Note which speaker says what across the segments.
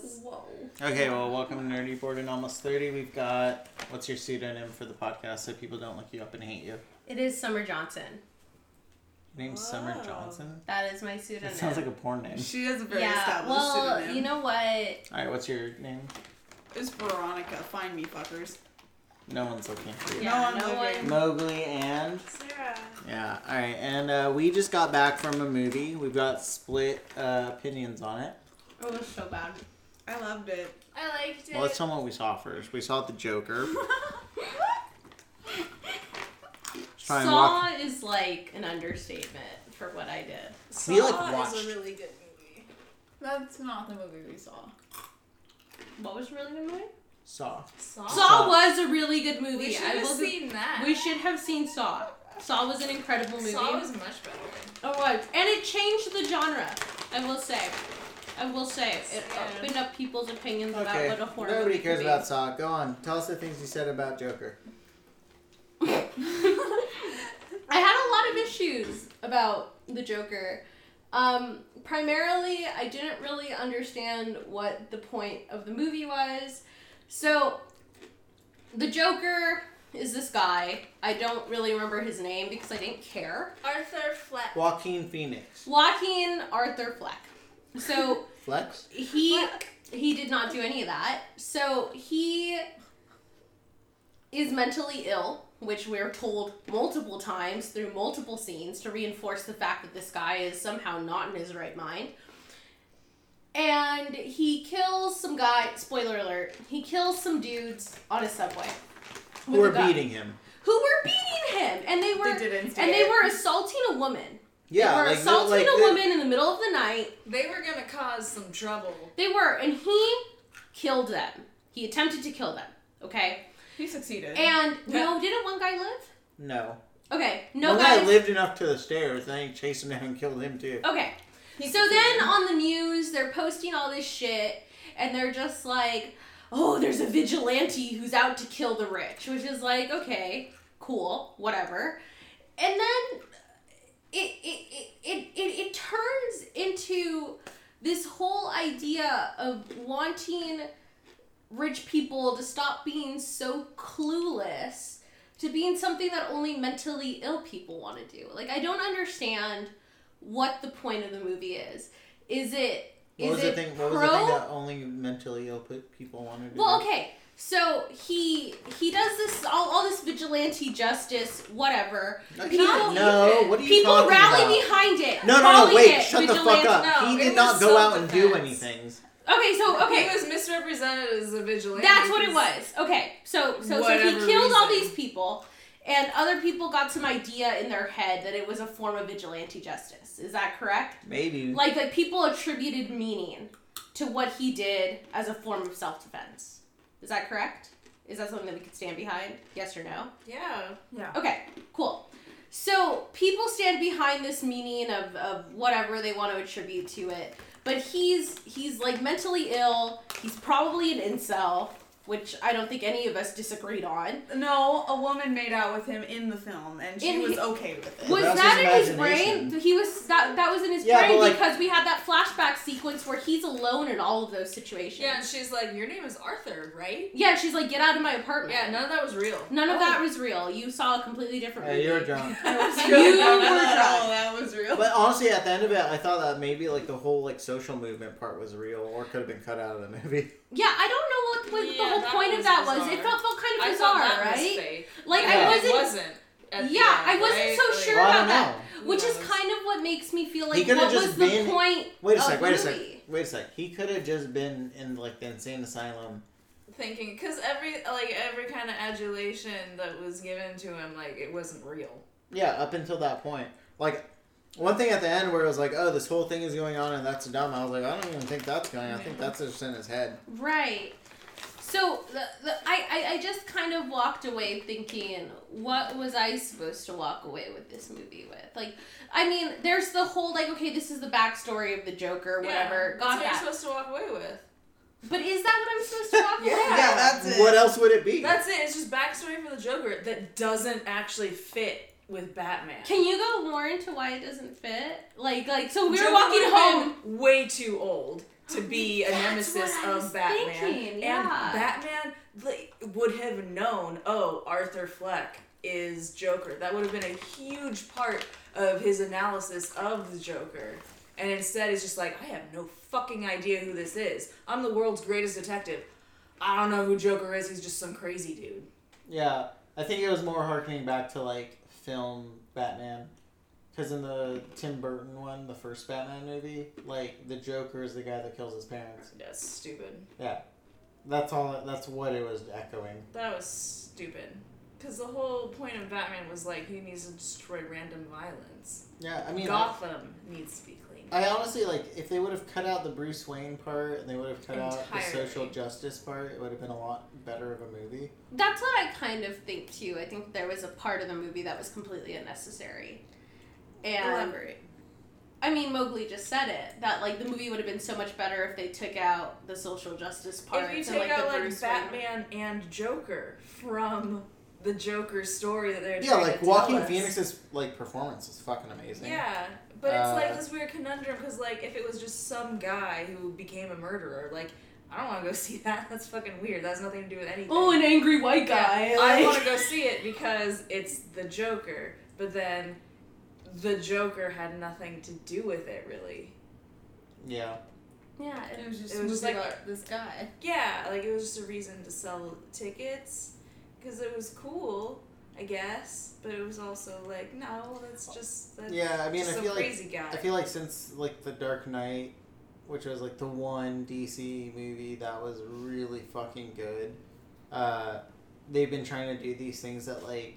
Speaker 1: Whoa.
Speaker 2: Okay, well, welcome to Nerdy Board and Almost 30. We've got, what's your pseudonym for the podcast so people don't look you up and hate you? Your
Speaker 1: It is Summer Johnson.
Speaker 2: name's Summer
Speaker 3: Wow.
Speaker 2: Johnson?
Speaker 1: That is my pseudonym.
Speaker 2: That sounds like a porn name.
Speaker 3: She is a very
Speaker 1: yeah.
Speaker 3: established
Speaker 1: Well,
Speaker 3: pseudonym.
Speaker 1: you know what?
Speaker 2: Alright, what's your name?
Speaker 3: it's Veronica. Find me, fuckers.
Speaker 2: No one's looking for you.
Speaker 1: Yeah,
Speaker 3: no, I'm
Speaker 1: no
Speaker 3: moving.
Speaker 2: Mowgli and.
Speaker 4: Sarah.
Speaker 2: Yeah, alright, and uh, we just got back from a movie. We've got split uh, opinions on it.
Speaker 1: It was so bad.
Speaker 3: I loved it.
Speaker 4: I liked it.
Speaker 2: Well, let's tell them what we saw first. We saw The Joker. Let's try and
Speaker 1: Saw
Speaker 2: walk-
Speaker 1: is like an understatement for what I did.
Speaker 2: We, like,
Speaker 4: Saw
Speaker 2: watched-
Speaker 4: is a really good movie.
Speaker 3: That's not the movie we saw.
Speaker 1: What was a really good movie?
Speaker 2: Saw.
Speaker 4: Saw.
Speaker 1: Saw, was a really good movie.
Speaker 4: We should
Speaker 1: I
Speaker 4: have
Speaker 1: will give-
Speaker 4: seen that.
Speaker 1: we should have seen Saw. Saw was an incredible movie.
Speaker 4: Saw was much better.
Speaker 1: Oh, right. And it changed the genre, I will say. I will say. It
Speaker 4: Yeah.
Speaker 1: opened up people's opinions about
Speaker 2: Okay,
Speaker 1: what a horror
Speaker 2: nobody
Speaker 1: movie could
Speaker 2: cares
Speaker 1: be.
Speaker 2: about Saw. Go on, tell us the things you said about Joker.
Speaker 1: I had a lot of issues about the Joker. Um, primarily, I didn't really understand what the point of the movie was. So, the Joker is this guy. I don't really remember his name because I didn't care.
Speaker 4: Arthur Fleck.
Speaker 2: Joaquin Phoenix.
Speaker 1: Joaquin Arthur Fleck. So,
Speaker 2: Flex?
Speaker 1: he he did not do any of that. So he is mentally ill, which we're told multiple times through multiple scenes to reinforce the fact that this guy is somehow not in his right mind. And he kills some guy, spoiler alert, he kills some dudes on a subway.
Speaker 2: Who
Speaker 1: with a
Speaker 2: were
Speaker 1: gun.
Speaker 2: beating him?
Speaker 1: Who were beating him and they were
Speaker 3: they did instigate.
Speaker 1: and they were assaulting a woman.
Speaker 2: Yeah,
Speaker 1: they were
Speaker 2: like, the-
Speaker 1: assaulting
Speaker 2: like
Speaker 1: a
Speaker 2: the-
Speaker 1: woman in the middle of the night.
Speaker 4: They were gonna cause some trouble.
Speaker 1: They were, and he killed them. He attempted to kill them. Okay,
Speaker 3: He succeeded.
Speaker 1: and no, didn't one guy live?
Speaker 2: No,
Speaker 1: Okay, no
Speaker 2: one
Speaker 1: guy.
Speaker 2: guy lived enough to the stairs. Then he chased him down and killed him too.
Speaker 1: Okay,
Speaker 3: He
Speaker 1: so then on the news, they're posting all this shit, and they're just like, "Oh, there's a vigilante who's out to kill the rich," which is like, okay, cool, whatever. And then it it it it, it, it turns into this whole idea of wanting rich people to stop being so clueless to being something that only mentally ill people want to do. Like I don't understand what the point of the movie is. Is it
Speaker 2: What
Speaker 1: is
Speaker 2: was the
Speaker 1: it
Speaker 2: thing?
Speaker 1: pro?
Speaker 2: What was the thing that only mentally ill pe- people wanted to
Speaker 1: Well,
Speaker 2: do?
Speaker 1: okay. So he he does this all, all this vigilante justice whatever.
Speaker 2: No, he
Speaker 1: people-
Speaker 2: didn't- no, what are you
Speaker 1: People
Speaker 2: talking
Speaker 1: rally
Speaker 2: about?
Speaker 1: behind it.
Speaker 2: No, no,
Speaker 1: calling
Speaker 2: no! Wait,
Speaker 1: it
Speaker 2: shut the fuck
Speaker 1: vigilante-
Speaker 2: up.
Speaker 4: no,
Speaker 2: he
Speaker 4: it
Speaker 2: did
Speaker 4: was
Speaker 2: not go out and do
Speaker 4: self-defense.
Speaker 2: anything.
Speaker 1: Okay, so okay,
Speaker 4: He was misrepresented as a vigilante.
Speaker 1: That's what it
Speaker 4: because-
Speaker 1: was. Okay, so so, so he
Speaker 3: Whatever
Speaker 1: killed all
Speaker 3: reason.
Speaker 1: these people, and other people got some idea in their head that it was a form of vigilante justice. Is that correct?
Speaker 3: Mm.
Speaker 2: Maybe.
Speaker 1: Like that people attributed meaning to what he did as a form of self defense. Is that correct? Is that something that we could stand behind? Yes or no?
Speaker 4: Yeah.
Speaker 1: Okay, cool. So people stand behind this meaning of, of whatever they want to attribute to it. But he's he's like mentally ill. He's probably an incel, which I don't think any of us disagreed on.
Speaker 3: No, a woman made out with him in the film, and she
Speaker 1: In
Speaker 3: was
Speaker 1: his-
Speaker 3: okay with it.
Speaker 1: Was
Speaker 2: that's
Speaker 1: that in
Speaker 2: his
Speaker 1: his brain?
Speaker 2: imagination.
Speaker 1: He was that that was in his
Speaker 2: Yeah,
Speaker 1: brain
Speaker 2: but, like-
Speaker 1: because we had that flashback sequence where he's alone in all of those situations.
Speaker 4: Yeah, and she's like, "Your name is Arthur, right?"
Speaker 1: Yeah, she's like, get out of my apartment.
Speaker 4: Yeah, none of that was real.
Speaker 1: None of that was real. You saw a completely different
Speaker 2: Oh. Yeah,
Speaker 1: movie.
Speaker 2: Uh, you're drunk.
Speaker 3: I was
Speaker 1: You
Speaker 3: really bummed
Speaker 1: were
Speaker 3: out.
Speaker 1: drunk.
Speaker 3: that was real.
Speaker 2: But honestly, at the end of it, I thought that maybe like the whole like social movement part was real, or could have been cut out of the movie.
Speaker 1: Yeah, I don't know what, what
Speaker 4: Yeah,
Speaker 1: the
Speaker 4: that
Speaker 1: whole point of
Speaker 4: was
Speaker 1: that was.
Speaker 4: bizarre.
Speaker 1: It felt, felt kind of
Speaker 4: I
Speaker 1: bizarre,
Speaker 4: thought that
Speaker 1: right?
Speaker 4: was fake.
Speaker 1: Like
Speaker 2: Yeah.
Speaker 1: I
Speaker 4: And it
Speaker 1: wasn't.
Speaker 4: at the
Speaker 1: yeah,
Speaker 4: end,
Speaker 1: I wasn't
Speaker 4: right?
Speaker 1: so
Speaker 4: Like-
Speaker 1: sure
Speaker 2: Well, I
Speaker 1: about
Speaker 2: don't
Speaker 1: that.
Speaker 2: know.
Speaker 4: Who
Speaker 1: Which is
Speaker 4: knows?
Speaker 1: kind of what makes me feel like
Speaker 2: could've
Speaker 1: what
Speaker 2: just
Speaker 1: was
Speaker 2: been-
Speaker 1: the point?
Speaker 2: Wait a
Speaker 1: of
Speaker 2: sec.
Speaker 1: the
Speaker 2: Wait a sec.
Speaker 1: movie?
Speaker 2: Wait a sec. He could have just been in like the insane asylum
Speaker 4: thinking because every like every kind of adulation that was given to him, like it wasn't real.
Speaker 2: Yeah, up until that point. Like, one thing at the end where it was like, oh, this whole thing is going on and that's dumb. I was like, I don't even think that's going on. I think that's just in his head.
Speaker 1: Right. So the, the, I, I I just kind of walked away thinking, what was I supposed to walk away with this movie with? Like, I mean, there's the whole like, okay, this is the backstory of the Joker, whatever.
Speaker 4: Yeah,
Speaker 1: Got
Speaker 4: that's
Speaker 1: that.
Speaker 4: what you're supposed to walk away with.
Speaker 1: But is that what I'm supposed to walk away?
Speaker 3: Yeah,
Speaker 1: with?
Speaker 3: that's it.
Speaker 2: What else would it be?
Speaker 4: That's it. It's just backstory for the Joker that doesn't actually fit with Batman.
Speaker 1: Can you go more into why it doesn't fit? Like, like so we were
Speaker 4: Joker
Speaker 1: walking
Speaker 4: would've
Speaker 1: home. Oh,
Speaker 4: been way too old to be a
Speaker 1: That's
Speaker 4: nemesis
Speaker 1: what I was
Speaker 4: of Batman.
Speaker 1: thinking, yeah.
Speaker 4: And Batman like, would have known, oh, Arthur Fleck is Joker. That would have been a huge part of his analysis of the Joker. And instead, it's just like, I have no fucking idea who this is. I'm the world's greatest detective. I don't know who Joker is. He's just some crazy dude.
Speaker 2: Yeah, I think it was more harkening back to like film Batman, because in the Tim Burton one, the first Batman movie, like the Joker is the guy that kills his parents.
Speaker 4: That's stupid.
Speaker 2: That's all. That's what it was echoing.
Speaker 4: That was stupid. Because the whole point of Batman was like, he needs to destroy random violence.
Speaker 2: Yeah, I mean,
Speaker 4: Gotham needs to be clean.
Speaker 2: I honestly like if they would have cut out the Bruce Wayne part and they would have cut out the
Speaker 4: Entirely.
Speaker 2: social justice part, it would have been a lot better of a movie.
Speaker 1: That's what I kind of think too. I think there was a part of the movie that was completely unnecessary. And
Speaker 3: Elaborate.
Speaker 1: I mean, Mowgli just said it that like the movie would have been so much better if they took out the social justice part.
Speaker 4: If you
Speaker 1: and,
Speaker 4: take
Speaker 1: like, the
Speaker 4: out
Speaker 1: Bruce
Speaker 4: like
Speaker 1: Wayne-
Speaker 4: Batman and Joker from the Joker story that they're
Speaker 2: Yeah,
Speaker 4: trying
Speaker 2: like
Speaker 4: to
Speaker 2: Walking
Speaker 4: tell us.
Speaker 2: Phoenix's like performance is fucking amazing.
Speaker 4: Yeah, but it's like
Speaker 2: Uh,
Speaker 4: this weird conundrum because like if it was just some guy who became a murderer, like I don't want to go see that. That's fucking weird. That has nothing to do with anything.
Speaker 1: Oh, an angry white
Speaker 4: Yeah,
Speaker 1: guy.
Speaker 4: I
Speaker 1: like-
Speaker 4: want to go see it because it's the Joker. But then, the Joker had nothing to do with it really.
Speaker 2: Yeah.
Speaker 1: Yeah,
Speaker 3: It was just,
Speaker 4: It was just
Speaker 3: like
Speaker 4: like-
Speaker 3: this guy.
Speaker 4: Yeah, like it was just a reason to sell tickets because it was cool, I guess. But it was also like, no, that's just that's
Speaker 2: Yeah, I mean,
Speaker 4: just
Speaker 2: I
Speaker 4: a
Speaker 2: feel like-
Speaker 4: crazy guy.
Speaker 2: I feel like since like the Dark Knight, which was like the one DC movie that was really fucking good, uh, they've been trying to do these things that like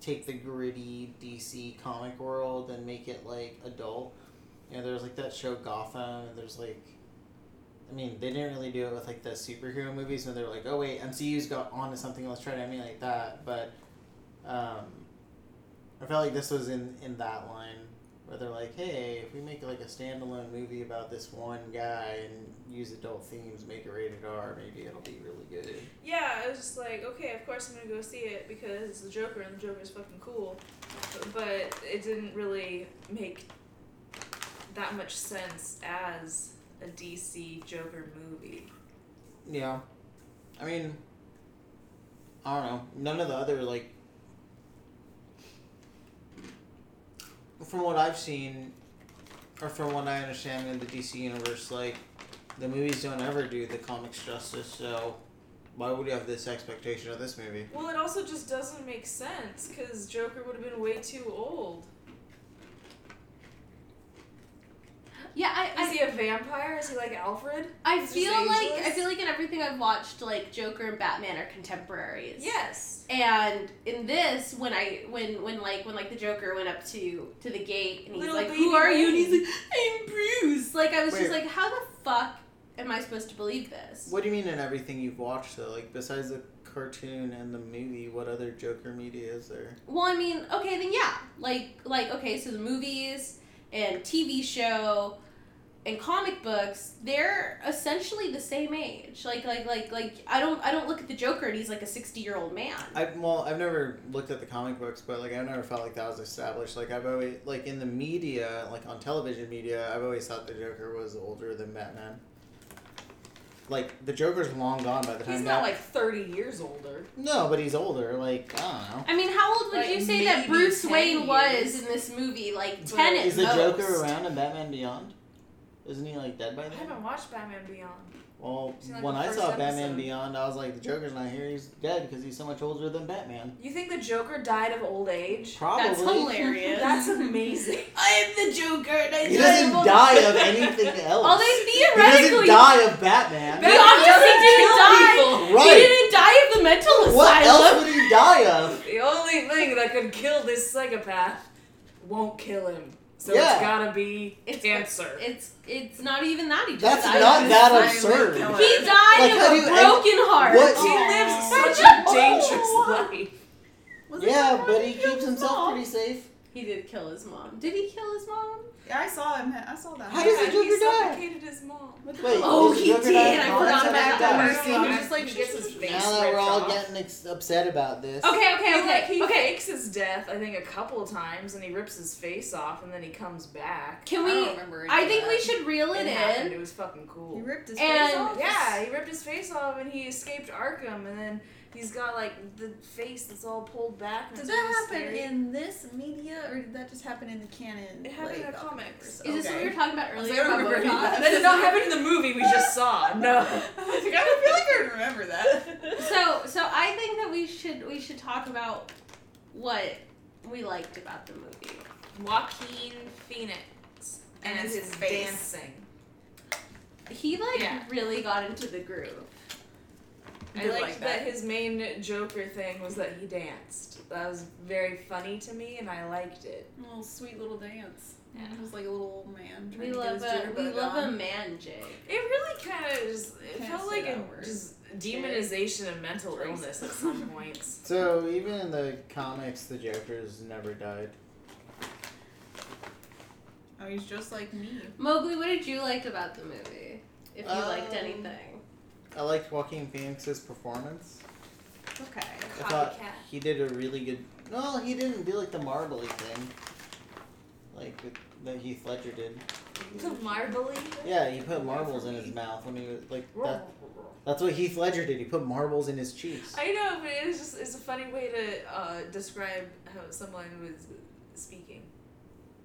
Speaker 2: take the gritty DC comic world and make it like adult. You know, there's like that show Gotham, and there's like. I mean, they didn't really do it with like the superhero movies, and they were like, "Oh wait, MCU's got onto something. Let's try to emulate that." But um, I felt like this was in in that line where they're like, "Hey, if we make like a standalone movie about this one guy and use adult themes, make it rated R, maybe it'll be really good."
Speaker 4: yeah, I was just like, okay, of course I'm gonna go see it because it's the Joker and the Joker's fucking cool. But it didn't really make that much sense as a DC Joker movie.
Speaker 2: Yeah, I mean, I don't know. None of the other like, from what I've seen, or from what I understand in the DC universe, like the movies don't ever do the comics justice, so why would you have this expectation of this movie?
Speaker 4: Well, it also just doesn't make sense because Joker would have been way too old.
Speaker 1: yeah. I, I
Speaker 4: Is he a vampire? Is he like Alfred?
Speaker 1: I
Speaker 4: Is this
Speaker 1: feel like I
Speaker 4: ageless?
Speaker 1: feel like in everything I've watched, like Joker and Batman are contemporaries.
Speaker 4: Yes.
Speaker 1: And in this, when I when when like when like the Joker went up to to the gate and he's
Speaker 4: Little
Speaker 1: like,
Speaker 4: baby
Speaker 1: "Who are you?" and
Speaker 4: Wayne.
Speaker 1: he's like, "I'm Bruce." Like I was
Speaker 2: Wait.
Speaker 1: just like, "How the fuck am I supposed to believe this?"
Speaker 2: What do you mean in everything you've watched though? Like besides the cartoon and the movie, what other Joker media is there?
Speaker 1: Well, I mean, okay, then yeah, like like okay, so the movies and TV show and comic books, they're essentially the same age. Like like like like I don't I don't look at the Joker and he's like a sixty year old man.
Speaker 2: I well, I've never looked at the comic books, but like I've never felt like that was established. Like I've always like in the media, like on television media, I've always thought the Joker was older than Batman. Like the Joker's long gone by the time
Speaker 4: He's not
Speaker 2: Bat-
Speaker 4: like 30 years older.
Speaker 2: No, but he's older. Like I don't know.
Speaker 1: I mean, how old would
Speaker 4: Like,
Speaker 1: you say that
Speaker 4: maybe
Speaker 1: Bruce
Speaker 4: 10
Speaker 1: Wayne was
Speaker 4: years.
Speaker 1: in this movie? Like
Speaker 4: But
Speaker 1: ten at
Speaker 2: Is the
Speaker 1: most.
Speaker 2: Joker around in Batman Beyond? Isn't he like dead by
Speaker 4: I
Speaker 2: then?
Speaker 4: haven't watched Batman Beyond.
Speaker 2: Well,
Speaker 4: Seen, like,
Speaker 2: when
Speaker 4: the
Speaker 2: I
Speaker 4: first
Speaker 2: saw Batman
Speaker 4: episode.
Speaker 2: Beyond, I was like, the Joker's not here. He's dead because he's so much older than Batman.
Speaker 4: You think the Joker died of old age?
Speaker 2: Probably.
Speaker 1: That's hilarious.
Speaker 4: That's amazing.
Speaker 1: I'm the Joker. And I
Speaker 2: He
Speaker 1: died
Speaker 2: doesn't
Speaker 1: of-
Speaker 2: die of anything else.
Speaker 1: Although
Speaker 2: he doesn't
Speaker 1: theoretically,
Speaker 2: die of Batman.
Speaker 1: he obviously didn't die. He
Speaker 2: Right.
Speaker 1: didn't die of the mental asylum.
Speaker 2: What else would he die of?
Speaker 4: The only thing that could kill this psychopath won't kill him. So
Speaker 2: Yeah.
Speaker 4: it's gotta be
Speaker 1: It's-
Speaker 4: cancer.
Speaker 1: It's it's not even that. He just
Speaker 2: That's
Speaker 1: died
Speaker 2: not
Speaker 1: of-
Speaker 2: that
Speaker 3: Silent
Speaker 2: absurd.
Speaker 3: killer.
Speaker 1: He died
Speaker 2: Like, how
Speaker 1: of
Speaker 2: do
Speaker 1: a
Speaker 2: you-
Speaker 1: broken heart.
Speaker 2: what-
Speaker 4: he
Speaker 3: Aw.
Speaker 4: lives
Speaker 1: Such
Speaker 4: such a
Speaker 1: a-
Speaker 4: dangerous
Speaker 1: Oh.
Speaker 4: life.
Speaker 3: Was it
Speaker 2: Yeah,
Speaker 3: someone
Speaker 2: but
Speaker 3: who
Speaker 2: he
Speaker 3: killed
Speaker 2: keeps himself
Speaker 3: off?
Speaker 2: pretty safe.
Speaker 1: He did kill his mom. Did he kill his mom?
Speaker 3: Yeah, I saw him. I saw that.
Speaker 2: How does the
Speaker 4: Yeah,
Speaker 2: Joker
Speaker 4: he
Speaker 2: die?
Speaker 4: suffocated his mom.
Speaker 2: Wait,
Speaker 1: Oh,
Speaker 2: does
Speaker 1: he
Speaker 2: Joker
Speaker 1: did.
Speaker 2: die?
Speaker 1: I
Speaker 2: Oh,
Speaker 1: forgot
Speaker 2: that's
Speaker 1: about
Speaker 2: right,
Speaker 1: that.
Speaker 2: that
Speaker 1: part.
Speaker 2: was-
Speaker 1: He was just like,
Speaker 4: He gets his face
Speaker 2: Now that we're
Speaker 4: ripped
Speaker 2: all
Speaker 4: off.
Speaker 2: getting ex- upset about this.
Speaker 1: Okay, okay,
Speaker 4: He, like,
Speaker 1: okay,
Speaker 4: he
Speaker 1: okay.
Speaker 4: fakes his death, I think, a couple times, and he rips his face off, and then he comes back.
Speaker 1: Can
Speaker 4: I don't
Speaker 1: we?
Speaker 4: remember any
Speaker 1: I
Speaker 4: of
Speaker 1: think we
Speaker 4: that.
Speaker 1: should reel it
Speaker 4: happened.
Speaker 1: in.
Speaker 4: It was fucking cool.
Speaker 3: He ripped his face
Speaker 1: And-
Speaker 3: off.
Speaker 4: yeah, he ripped his face off, and he escaped Arkham, and then he's got like the face that's all pulled back. And
Speaker 3: Did
Speaker 4: it's
Speaker 3: that
Speaker 4: really
Speaker 3: happen
Speaker 4: scary.
Speaker 3: in this media, or did that just happen in the canon?
Speaker 4: It happened in
Speaker 3: like,
Speaker 4: the comics.
Speaker 1: Is this what we were talking about
Speaker 3: was
Speaker 1: earlier?
Speaker 3: like, I
Speaker 1: about
Speaker 3: remember
Speaker 1: Botox?
Speaker 3: that.
Speaker 4: That did not happen in the movie we just saw. No.
Speaker 3: I was like, I don't feel like I remember that.
Speaker 1: So, so I think that we should we should talk about what we liked about the movie.
Speaker 4: Joaquin Phoenix
Speaker 3: And his face.
Speaker 4: dancing.
Speaker 1: He like
Speaker 4: Yeah.
Speaker 1: really got into the groove.
Speaker 4: I
Speaker 3: Did
Speaker 4: liked
Speaker 3: like
Speaker 4: that.
Speaker 3: that.
Speaker 4: his main Joker thing was that he danced. That was very funny to me, and I liked it.
Speaker 3: little sweet little dance.
Speaker 4: Yeah.
Speaker 3: It was like a little old man. trying
Speaker 1: We
Speaker 3: to get
Speaker 1: love
Speaker 3: his
Speaker 1: a
Speaker 3: jitterbug
Speaker 1: we love a
Speaker 3: on.
Speaker 1: man jig.
Speaker 4: It really kind of just it
Speaker 3: Can't
Speaker 4: felt
Speaker 3: say
Speaker 4: like a
Speaker 3: that word.
Speaker 4: just demonization of mental
Speaker 3: Racist.
Speaker 4: illness at some points.
Speaker 2: So even in the comics, the Joker's never died.
Speaker 3: Oh, he's just like me.
Speaker 1: Mowgli, what did you like about the movie? If you liked
Speaker 2: Um,
Speaker 1: anything.
Speaker 2: I liked Joaquin Phoenix's performance.
Speaker 3: Okay.
Speaker 2: I thought
Speaker 4: Copycat.
Speaker 2: he did a really good. No, he didn't do like the marbly thing, like with, that Heath Ledger did.
Speaker 4: The marbly.
Speaker 2: Yeah, he put marbles in his mouth when he was like that, That's what Heath Ledger did. He put marbles in his cheeks.
Speaker 4: I know, but it's just it's a funny way to uh, describe how someone was speaking.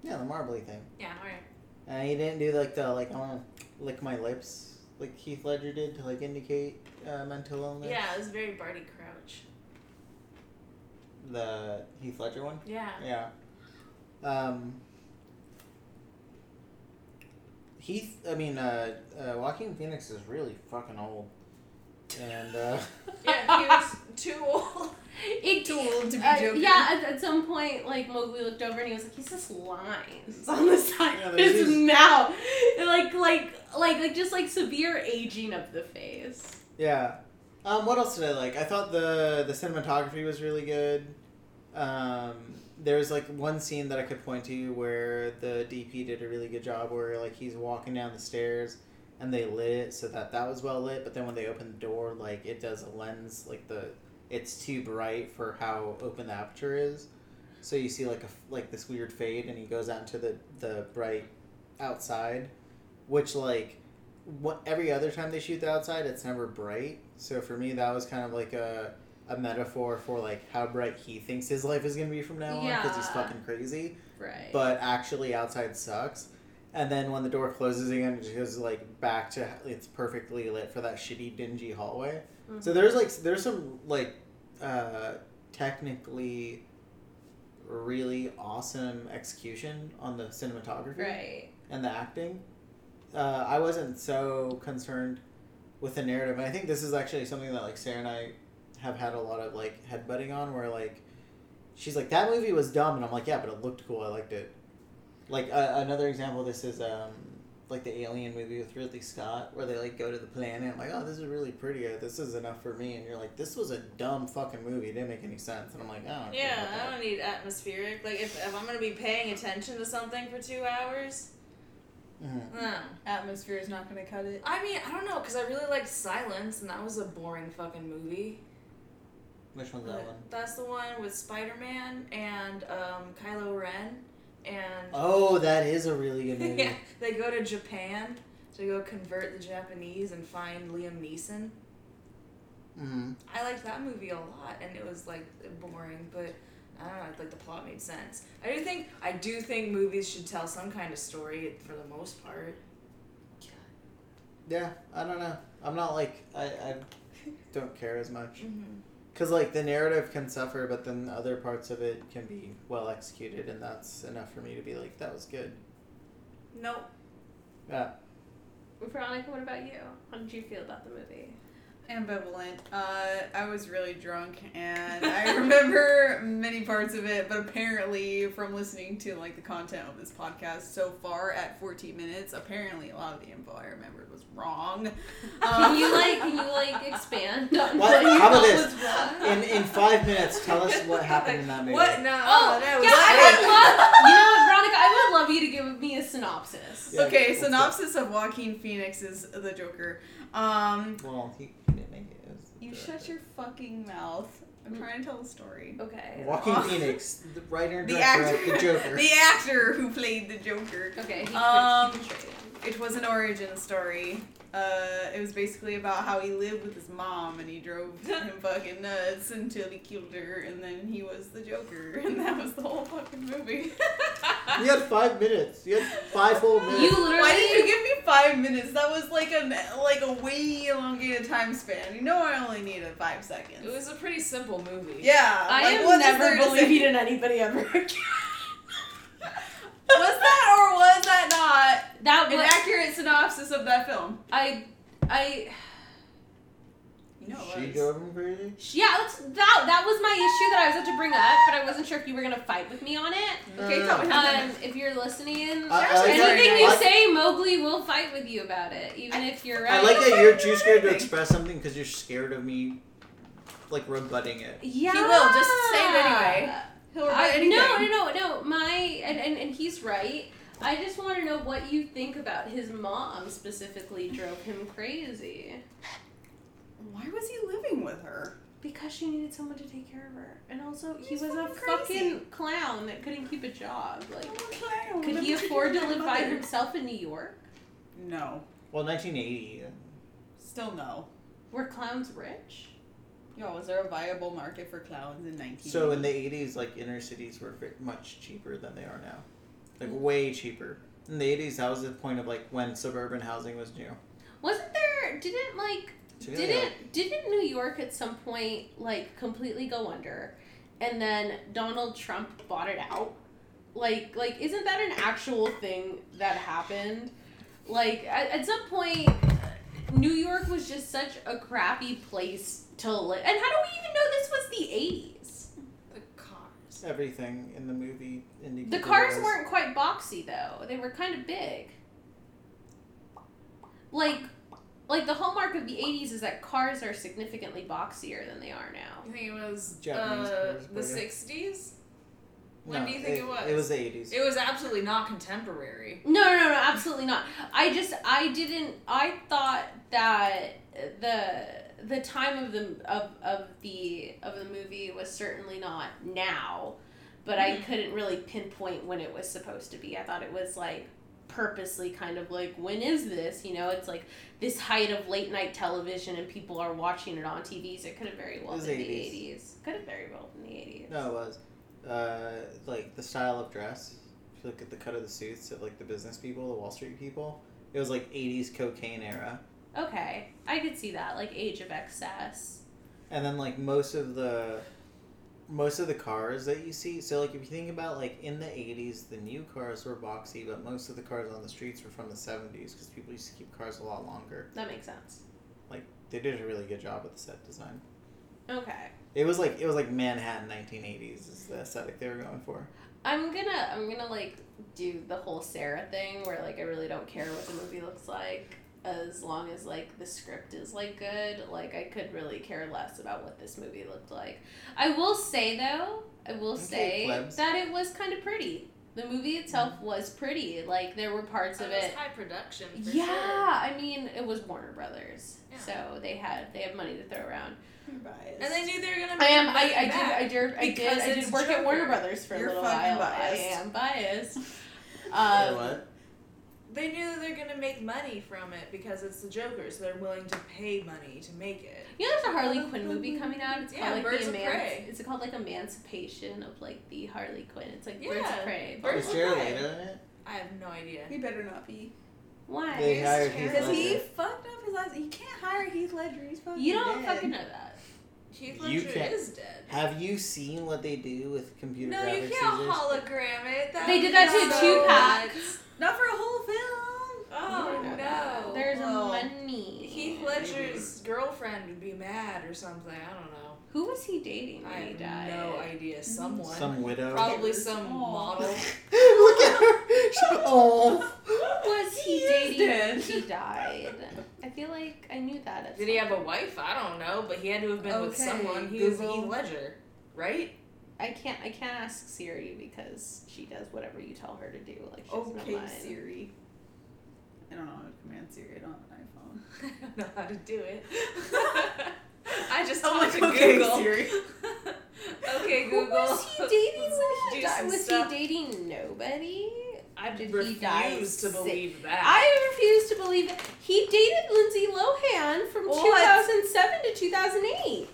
Speaker 2: Yeah, the marbly thing.
Speaker 4: Yeah, all right.
Speaker 2: And he didn't do like the like I want to lick my lips like Heath Ledger did to like indicate uh, mental illness.
Speaker 4: Yeah, it was very Barty Crouch.
Speaker 2: The Heath Ledger one.
Speaker 4: Yeah.
Speaker 2: Yeah. Um. Heath, I mean, uh, uh, Joaquin Phoenix is really fucking old, and uh,
Speaker 4: Yeah, he was too old.
Speaker 1: It,
Speaker 3: Too old to be
Speaker 1: uh,
Speaker 3: joking.
Speaker 1: yeah, at, at some point, like Mowgli looked over and he was like, "He's just lines on the side
Speaker 2: Yeah,
Speaker 1: of
Speaker 2: there's
Speaker 1: his
Speaker 2: these-
Speaker 1: mouth, And, like, like, like, like, just like severe aging of the face."
Speaker 2: yeah. Um, what else did I like? I thought the the cinematography was really good. Um, there was like one scene that I could point to where the DP did a really good job, where like he's walking down the stairs, and they lit it so that that was well lit. But then when they open the door, like it does a lens, like the it's too bright for how open the aperture is. So you see like a f- like this weird fade, and he goes out into the the bright outside, which like what every other time they shoot the outside, it's never bright. So for me, that was kind of like a a metaphor for like how bright he thinks his life is gonna be from now on because he's
Speaker 1: Yeah.
Speaker 2: fucking crazy
Speaker 1: Right.
Speaker 2: but actually outside sucks. And then when the door closes again, it just goes like back to it's perfectly lit for that shitty dingy hallway. So
Speaker 1: Mm-hmm.
Speaker 2: there's like there's some like uh, technically really awesome execution on the cinematography
Speaker 1: right.
Speaker 2: and the acting. Uh, I wasn't so concerned with the narrative. And I think this is actually something that like Sarah and I have had a lot of like headbutting on where like she's like that movie was dumb and I'm like yeah, but it looked cool. I liked it. Like uh, another example of this is um like the alien movie with Ridley Scott where they like go to the planet. I'm like, "Oh, this is really pretty. Uh, This is enough for me." And you're like, "This was a dumb fucking movie. It didn't make any sense." And I'm like, "Oh."
Speaker 4: Yeah, I don't need atmospheric. Like if, if I'm gonna be paying attention to something for two hours,
Speaker 2: hmm
Speaker 4: no.
Speaker 3: Atmosphere is not going to cut it.
Speaker 4: I mean, I don't know, cause I really liked Silence, and that was a boring fucking movie.
Speaker 2: Which one's that one?
Speaker 4: That's the one with Spider-Man and um, Kylo Ren, and
Speaker 2: Oh, that is a really good movie.
Speaker 4: yeah, they go to Japan to go convert the Japanese and find Liam Neeson.
Speaker 2: hmm
Speaker 4: I liked that movie a lot, and it was like boring, but I don't know. Like the plot made sense. I do think I do think movies should tell some kind of story for the most part.
Speaker 2: Yeah, I don't know. I'm not like I, I don't care as much
Speaker 1: Mm-hmm.
Speaker 2: because like the narrative can suffer, but then other parts of it can be well executed, and that's enough for me to be like that was good.
Speaker 4: Nope.
Speaker 2: Yeah,
Speaker 1: Veronica, what about you? How did you feel about the movie?
Speaker 3: Ambivalent. Uh, I was really drunk, and I remember many parts of it, but apparently, from listening to like the content of this podcast so far at 14 minutes, apparently a lot of the info I remembered was wrong. Um,
Speaker 1: Can you like can you like expand on
Speaker 2: What?
Speaker 1: what you
Speaker 2: How about
Speaker 1: thought
Speaker 2: this?
Speaker 1: was wrong?
Speaker 2: In in five minutes, tell us what happened in that movie.
Speaker 4: What? No.
Speaker 1: Oh,
Speaker 4: that
Speaker 1: yeah, I
Speaker 4: was
Speaker 1: would love. You know what, Veronica? I would love you to give me a synopsis.
Speaker 2: Yeah,
Speaker 3: okay,
Speaker 2: let's go.
Speaker 3: synopsis of Joaquin Phoenix is the Joker. Um,
Speaker 2: Well, he didn't make it. it was
Speaker 3: you
Speaker 2: directed.
Speaker 3: shut your fucking mouth. I'm trying to tell a story.
Speaker 1: Okay.
Speaker 2: Walking
Speaker 3: Oh.
Speaker 2: Phoenix, the writer and
Speaker 3: The
Speaker 2: director
Speaker 3: actor,
Speaker 2: of The Joker.
Speaker 3: the actor who played the Joker.
Speaker 1: Okay. He
Speaker 3: Um,
Speaker 1: could, he could trade it.
Speaker 3: It was an origin story. Uh, it was basically about how he lived with his mom and he drove him fucking nuts until he killed her and then he was the Joker and that was the whole fucking movie.
Speaker 2: You had five minutes. You had five whole minutes.
Speaker 1: You literally.
Speaker 3: Why did you give me five minutes? That was like a like a way elongated time span. You know I only needed five seconds.
Speaker 4: It was a pretty simple movie.
Speaker 3: yeah.
Speaker 1: I
Speaker 3: like,
Speaker 1: am
Speaker 3: what is
Speaker 1: never
Speaker 3: there to say?
Speaker 1: believing in anybody ever again.
Speaker 3: Was that or was that not
Speaker 1: That
Speaker 3: an
Speaker 1: was
Speaker 3: accurate synopsis of that film?
Speaker 1: I. I.
Speaker 3: You know
Speaker 2: she
Speaker 3: it was.
Speaker 2: drove him crazy.
Speaker 1: Yeah, that's, that that was my issue that I was about to bring up, but I wasn't sure if you were gonna fight with me on it.
Speaker 3: Okay,
Speaker 2: No,
Speaker 3: tell
Speaker 2: no,
Speaker 3: me.
Speaker 2: no.
Speaker 1: Um, if you're listening,
Speaker 2: I- I like
Speaker 3: Actually,
Speaker 2: that-
Speaker 1: anything you
Speaker 2: I-
Speaker 1: say, Mowgli will fight with you about it, even if you're right.
Speaker 2: I like that you're too
Speaker 3: Right.
Speaker 2: scared to express something because you're scared of me, like rebutting it.
Speaker 1: Yeah.
Speaker 3: He will, just say it anyway. He'll write
Speaker 1: I,
Speaker 3: anything.
Speaker 1: no, no, no, no. My and, and, and he's right. I just want to know what you think about his mom specifically drove him crazy
Speaker 3: Why was he living with her?
Speaker 1: because she needed someone to take care of her, and also he
Speaker 3: He's
Speaker 1: was a
Speaker 3: fucking crazy.
Speaker 1: fucking clown that couldn't keep a job. Like,
Speaker 3: Clown,
Speaker 1: could
Speaker 3: let
Speaker 1: he
Speaker 3: me take
Speaker 1: afford
Speaker 3: care
Speaker 1: to
Speaker 3: of
Speaker 1: live
Speaker 3: my
Speaker 1: by
Speaker 3: mother.
Speaker 1: himself in New York?
Speaker 3: No.
Speaker 2: Well, 1980. uh,
Speaker 3: Still no.
Speaker 1: Were clowns rich?
Speaker 3: Yo, was there a viable market for clowns in 19?
Speaker 2: So in the 80s, like inner cities were ve- much cheaper than they are now, like way cheaper. In the 80s, that was the point of like when suburban housing was new.
Speaker 1: Wasn't there? Didn't like
Speaker 2: Check it out.
Speaker 1: didn't didn't New York at some point like completely go under, and then Donald Trump bought it out? Like like isn't that an actual thing that happened? Like at, at some point, New York was just such a crappy place to live. And how do we even know this was the eighties?
Speaker 4: The cars.
Speaker 2: everything in the movie. Indie
Speaker 1: The cars weren't quite boxy though; they were kind of big. Like. Like the hallmark of the '80s is that cars are significantly boxier than they are now.
Speaker 4: I think it was
Speaker 2: Japanese
Speaker 4: uh,
Speaker 2: cars,
Speaker 4: the
Speaker 2: but-
Speaker 4: '60s. When do you think it, was?
Speaker 2: It was the 80s.
Speaker 4: It was absolutely not contemporary.
Speaker 1: No, no, no, no, absolutely not. I just, I didn't. I thought that the the time of the of of the of the movie was certainly not now, but
Speaker 2: Mm-hmm.
Speaker 1: I couldn't really pinpoint when it was supposed to be. I thought it was like purposely kind of like when is this you know it's like this height of late night television and people are watching it on tvs it could have very well
Speaker 2: It was
Speaker 1: been
Speaker 2: 80s.
Speaker 1: the 80s could have very well been the 80s
Speaker 2: No, it was. Uh, like the style of dress. If you look at the cut of the suits of like the business people, the Wall Street people, it was like '80s cocaine era.
Speaker 1: okay i could see that like age of excess
Speaker 2: And then like most of the, most of the cars that you see. So like if you think about like in the '80s, the new cars were boxy, but most of the cars on the streets were from the '70s because people used to keep cars a lot longer.
Speaker 1: that makes sense
Speaker 2: They did a really good job with the set design.
Speaker 1: okay
Speaker 2: It was like it was like Manhattan 1980s is the aesthetic they were going for.
Speaker 1: I'm gonna I'm gonna like do the whole Sarah thing where like I really don't care what the movie looks like as long as like the script is like good. Like I could really care less about what this movie looked like. I will say though, I will
Speaker 2: Okay,
Speaker 1: say
Speaker 2: plebs. Mm-hmm.
Speaker 1: that it was kind of pretty. The movie itself was pretty. Like there were parts of
Speaker 4: It was
Speaker 1: it.
Speaker 4: high production. For
Speaker 1: Yeah,
Speaker 4: Sure.
Speaker 1: I mean it was Warner Brothers,
Speaker 4: Yeah.
Speaker 1: so they had they had money to throw around.
Speaker 3: You're biased.
Speaker 4: And they knew they were gonna.
Speaker 1: I
Speaker 4: Make
Speaker 1: am. I,
Speaker 4: money
Speaker 1: I did.
Speaker 4: back.
Speaker 1: I did. I did.
Speaker 4: Because
Speaker 1: I did
Speaker 4: it's
Speaker 1: work at
Speaker 4: Joker.
Speaker 1: Warner Brothers for
Speaker 3: You're
Speaker 1: a little
Speaker 3: fucking
Speaker 1: while.
Speaker 3: biased.
Speaker 1: I am biased.
Speaker 4: Uh,
Speaker 2: Say
Speaker 1: Um,
Speaker 2: what?
Speaker 4: They knew that they're gonna make money from it because it's the Joker, so they're willing to pay money to make it.
Speaker 1: You know, there's a Harley Quinn movie coming out. It's
Speaker 4: Yeah,
Speaker 1: called like
Speaker 4: Birds
Speaker 1: the
Speaker 4: of Prey.
Speaker 1: Emanci- Is it called like Emancipation of like the Harley Quinn? It's like Birds
Speaker 4: Yeah.
Speaker 1: of Prey.
Speaker 4: Birds-
Speaker 2: Is Jared Leto in it?
Speaker 4: I have no idea.
Speaker 3: he better not be.
Speaker 1: Why?
Speaker 2: They hired
Speaker 3: scared.
Speaker 2: Heath
Speaker 3: Because
Speaker 2: Ledger.
Speaker 3: he fucked up his last. He can't hire Heath Ledger. He's fucking
Speaker 1: You don't
Speaker 3: dead.
Speaker 1: fucking know that.
Speaker 4: Heath
Speaker 2: You
Speaker 4: Ledger
Speaker 2: can't-
Speaker 4: is dead.
Speaker 2: Have you seen what they do with computer
Speaker 4: No, you
Speaker 2: graphics?
Speaker 4: can't
Speaker 2: users?
Speaker 4: hologram it. That
Speaker 1: They
Speaker 4: would
Speaker 1: did that
Speaker 4: be
Speaker 1: to
Speaker 4: so
Speaker 1: Tupac.
Speaker 4: nuts.
Speaker 3: Not for a whole film.
Speaker 1: You
Speaker 4: Oh
Speaker 1: don't know that.
Speaker 4: no. Oh.
Speaker 1: There's
Speaker 3: Well,
Speaker 1: money.
Speaker 4: He Heath Ledger's girlfriend would be mad or something. I don't know.
Speaker 1: Who was he dating when
Speaker 4: I
Speaker 1: he
Speaker 4: have
Speaker 1: died? Mm-hmm.
Speaker 4: no idea. Someone.
Speaker 2: Some widow.
Speaker 4: Probably
Speaker 3: It was-
Speaker 4: some
Speaker 3: Aw.
Speaker 4: model.
Speaker 2: Look at her. She, oh.
Speaker 1: Was he,
Speaker 3: He is
Speaker 1: dating when
Speaker 3: dead.
Speaker 1: he died? I feel like I knew that. At
Speaker 4: Did he
Speaker 1: some
Speaker 4: have a
Speaker 1: point.
Speaker 4: wife? I don't know, but he had to have been with
Speaker 3: Okay,
Speaker 4: someone. He was
Speaker 3: Google.
Speaker 4: Heath Ledger, right?
Speaker 1: I can't. I can't ask Siri because she does whatever you tell her to do. Like she's
Speaker 3: Okay,
Speaker 1: no mind.
Speaker 3: Siri. I don't know how to command Siri. I don't have an iPhone.
Speaker 4: I don't know how to do it. I just
Speaker 3: I'm
Speaker 4: talked
Speaker 3: like,
Speaker 4: to
Speaker 3: okay,
Speaker 4: Google.
Speaker 3: Siri.
Speaker 4: okay,
Speaker 1: Who
Speaker 4: Google.
Speaker 1: was he dating
Speaker 4: Let's
Speaker 1: when
Speaker 4: do
Speaker 1: he died?
Speaker 4: some
Speaker 1: Was
Speaker 4: stuff.
Speaker 1: he dating nobody?
Speaker 4: I
Speaker 1: Did he
Speaker 4: refuse
Speaker 1: die
Speaker 4: to
Speaker 1: sick?
Speaker 4: believe that.
Speaker 1: I refuse to believe it. He dated Lindsay Lohan from
Speaker 4: What?
Speaker 1: 2007 to 2008.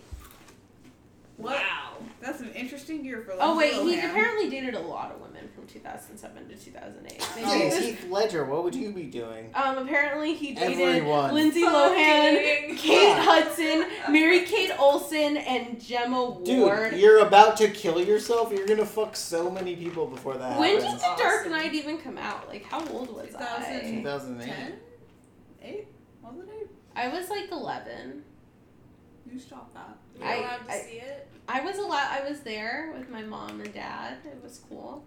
Speaker 3: What?
Speaker 4: Wow.
Speaker 3: That's an interesting year for Lindsay
Speaker 1: Oh wait, he
Speaker 3: Lohan.
Speaker 1: apparently dated a lot of women from 2007 to 2008. They
Speaker 2: Jeez,
Speaker 1: did-
Speaker 2: Heath Ledger, what would you be doing?
Speaker 1: Um, apparently he dated
Speaker 2: Everyone.
Speaker 1: Lindsay Lohan,
Speaker 4: Fucking-
Speaker 1: Kate Hudson, Mary Kate Olsen, and Gemma Ward.
Speaker 2: Dude, you're about to kill yourself. You're gonna fuck so many people before that
Speaker 1: when did
Speaker 2: happens.
Speaker 1: The Dark
Speaker 4: Awesome.
Speaker 1: Knight even come out? Like, how old was I?
Speaker 3: 2000.
Speaker 2: 2008.
Speaker 3: Ten? Eight? Wasn't it?
Speaker 1: I was like 11.
Speaker 3: You stop that.
Speaker 4: You
Speaker 1: I-
Speaker 4: don't have to
Speaker 1: I-
Speaker 4: see it.
Speaker 1: I was a lot. I was there with my mom and dad. It was cool.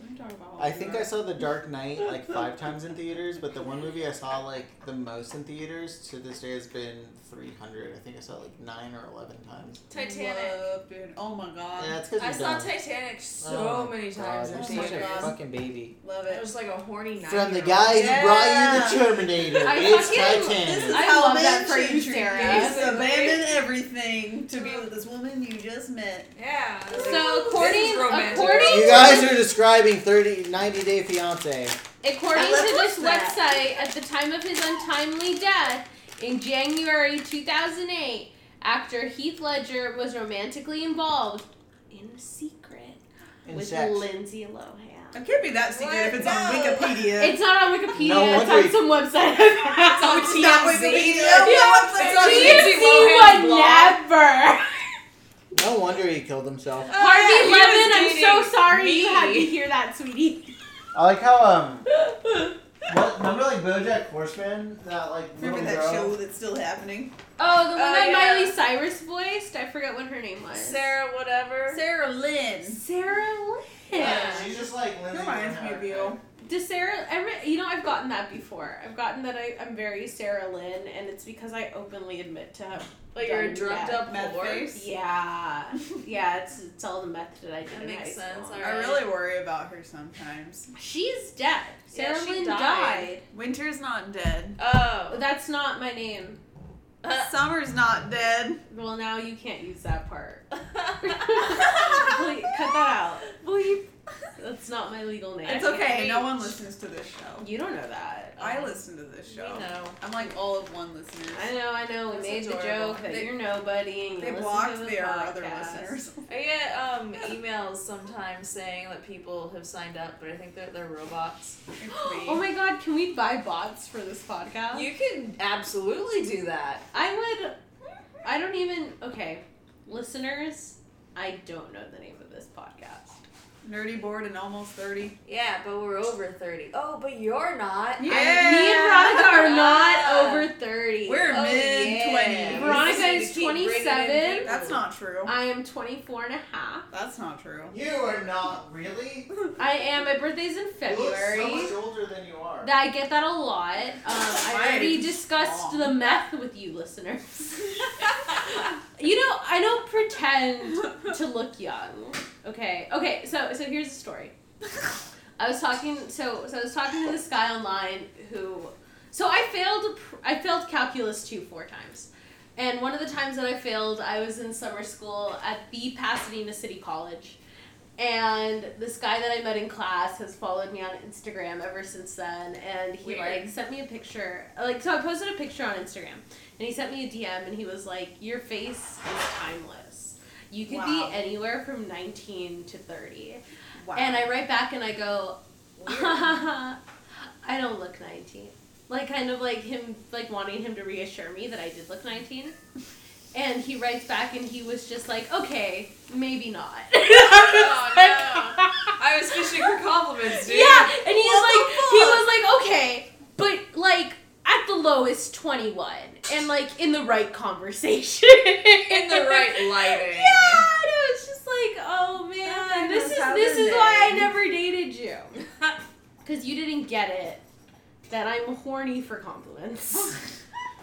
Speaker 3: Let me talk about how
Speaker 2: I
Speaker 3: old
Speaker 2: think
Speaker 3: you
Speaker 2: I
Speaker 3: are.
Speaker 2: saw The Dark Knight like five times in theaters, but the one movie I saw like the most in theaters to this day has been 300. I think I saw it like nine or 11 times.
Speaker 4: Titanic.
Speaker 3: Love, dude. Oh my
Speaker 1: Um,
Speaker 3: god.
Speaker 2: Yeah, it's because
Speaker 4: I
Speaker 2: you're
Speaker 4: saw
Speaker 2: dumb.
Speaker 4: Titanic so
Speaker 2: Oh my
Speaker 4: many
Speaker 2: God,
Speaker 4: times
Speaker 2: you're
Speaker 4: in
Speaker 2: such a
Speaker 4: theaters.
Speaker 2: fucking baby.
Speaker 3: Love
Speaker 4: I
Speaker 3: it.
Speaker 4: was like a horny nine.
Speaker 2: From the guy who brought you the Terminator,
Speaker 1: I
Speaker 2: it's
Speaker 1: fucking-
Speaker 2: Titanic.
Speaker 1: this is- I love that for you, Sarah.
Speaker 4: Basically.
Speaker 3: abandon everything to be with this woman you just met.
Speaker 4: Yeah. Oh, I was like,
Speaker 1: So
Speaker 4: this
Speaker 1: according
Speaker 4: is romantic.
Speaker 1: according
Speaker 2: you guys are describing 30, 90 Day Fiance.
Speaker 1: According
Speaker 3: I
Speaker 1: to
Speaker 3: love
Speaker 1: this
Speaker 3: that.
Speaker 1: website, at the time of his untimely death in January 2008, actor Heath Ledger was romantically involved in secret
Speaker 2: In
Speaker 1: with
Speaker 2: sex.
Speaker 1: Lindsay Lohan.
Speaker 3: It can't be that secret if it's on
Speaker 4: What? No.
Speaker 3: Wikipedia.
Speaker 1: It's not on Wikipedia.
Speaker 2: No
Speaker 1: it's
Speaker 2: wonder-
Speaker 1: on some website. it's
Speaker 4: on
Speaker 3: It's not
Speaker 4: TMZ.
Speaker 3: Wikipedia.
Speaker 4: Yeah,
Speaker 3: No, it's
Speaker 4: it's
Speaker 3: on
Speaker 4: on
Speaker 3: TMZ.
Speaker 4: Lindsay Lohan's
Speaker 1: would
Speaker 4: blog.
Speaker 1: never.
Speaker 2: No wonder he killed himself.
Speaker 4: Oh,
Speaker 1: Harvey
Speaker 4: yeah, he was
Speaker 1: Levin, I'm so
Speaker 4: dating
Speaker 1: sorry you
Speaker 4: me.
Speaker 1: had to hear that, sweetie.
Speaker 2: I like how um, what remember like BoJack Horseman that like
Speaker 3: Remember that show that's still happening?
Speaker 1: Oh, the one
Speaker 4: Oh,
Speaker 1: that
Speaker 4: yeah.
Speaker 1: Miley Cyrus voiced? I forget what her name was.
Speaker 4: Sarah, whatever.
Speaker 3: Sarah Lynn.
Speaker 1: Sarah Lynn.
Speaker 4: Yeah.
Speaker 2: She's just like Lindsay
Speaker 3: Reminds me
Speaker 2: Lohan.
Speaker 3: of you.
Speaker 1: Does Sarah ever? You know, I've gotten that before. I've gotten that I, I'm very Sarah Lynn, and it's because I openly admit to have.
Speaker 4: Like you're a
Speaker 1: Done
Speaker 4: drugged
Speaker 1: that.
Speaker 4: up
Speaker 3: Meth
Speaker 4: horse.
Speaker 3: face.
Speaker 1: Yeah, yeah. It's it's all the meth that I did.
Speaker 4: That
Speaker 1: in
Speaker 4: makes
Speaker 1: high
Speaker 4: sense,
Speaker 1: school.
Speaker 4: all
Speaker 3: I really worry about her sometimes.
Speaker 1: She's dead.
Speaker 4: Yeah,
Speaker 1: Sarah
Speaker 4: she
Speaker 1: Lynn
Speaker 4: died.
Speaker 1: died.
Speaker 3: Winter's not dead.
Speaker 4: Oh.
Speaker 1: That's not my name. Uh.
Speaker 3: Summer's not dead.
Speaker 1: Well, now you can't use that part. Please,
Speaker 4: Bleep.
Speaker 1: cut that out. That's not my legal name.
Speaker 3: It's
Speaker 4: can't
Speaker 3: okay. No
Speaker 4: reach.
Speaker 3: one listens to this show.
Speaker 1: You don't know that.
Speaker 3: I listen to this
Speaker 4: You
Speaker 3: show.
Speaker 4: know.
Speaker 3: I'm like all of one listeners.
Speaker 1: I know, I know. We
Speaker 4: That's
Speaker 1: made the
Speaker 4: adorable.
Speaker 1: joke that
Speaker 3: They-
Speaker 1: you're nobody and you
Speaker 3: They
Speaker 1: listen
Speaker 3: blocked
Speaker 1: to the
Speaker 3: their
Speaker 1: podcast.
Speaker 3: other listeners.
Speaker 4: I get um, emails sometimes saying that people have signed up, but I think that they're robots.
Speaker 1: oh my god, can we buy bots for this podcast?
Speaker 4: You can absolutely do that.
Speaker 1: I would. I don't even. Okay, listeners, I don't know the name of this podcast.
Speaker 3: Nerdy bored and almost 30.
Speaker 4: Yeah, but we're over 30. Oh, but you're not.
Speaker 3: Yeah.
Speaker 1: I, me and Veronica are not over thirty.
Speaker 3: We're
Speaker 4: Oh,
Speaker 3: mid 20s.
Speaker 4: yeah.
Speaker 1: Veronica is
Speaker 4: We just need to keep bringing
Speaker 1: 27.
Speaker 4: in people.
Speaker 3: That's not true.
Speaker 1: I am 24 and a half.
Speaker 3: That's not true.
Speaker 2: You are not really.
Speaker 1: I am. My birthday's in
Speaker 2: You
Speaker 1: February.
Speaker 2: look so much older than you are.
Speaker 1: That I get that a lot. Um, I
Speaker 3: Why?
Speaker 1: already discussed
Speaker 3: Wrong.
Speaker 1: the meth with you, listeners. You know, I don't pretend to look young. Okay. Okay. So so here's the story. I was talking. So so I was talking to this guy online who. So I failed. pr- I failed calculus two four times, and one of the times that I failed, I was in summer school at the Pasadena City College, and this guy that I met in class has followed me on Instagram ever since then, and he
Speaker 4: Weird.
Speaker 1: like sent me a picture. Like so, I posted a picture on Instagram, and he sent me a DM, and he was like, "Your face is timeless. You could
Speaker 3: Wow.
Speaker 1: be anywhere from nineteen to 30.
Speaker 3: Wow.
Speaker 1: And I write back and I go,
Speaker 4: Weird.
Speaker 1: I don't look 19. Like, kind of like him, like wanting him to reassure me that I did look 19. And he writes back and he was just like, okay, maybe not.
Speaker 4: Oh, I was fishing for compliments, dude.
Speaker 1: Yeah, and he's
Speaker 3: What the
Speaker 1: like, he was like, okay, but like, at at the lowest 21 and like in the right conversation.
Speaker 4: in the right lighting.
Speaker 1: Yeah, no, it's just like, oh man,
Speaker 3: Nothing
Speaker 1: this
Speaker 3: was
Speaker 1: is this is
Speaker 3: happening.
Speaker 1: why I never dated you. Cause you didn't get it that I'm horny for compliments.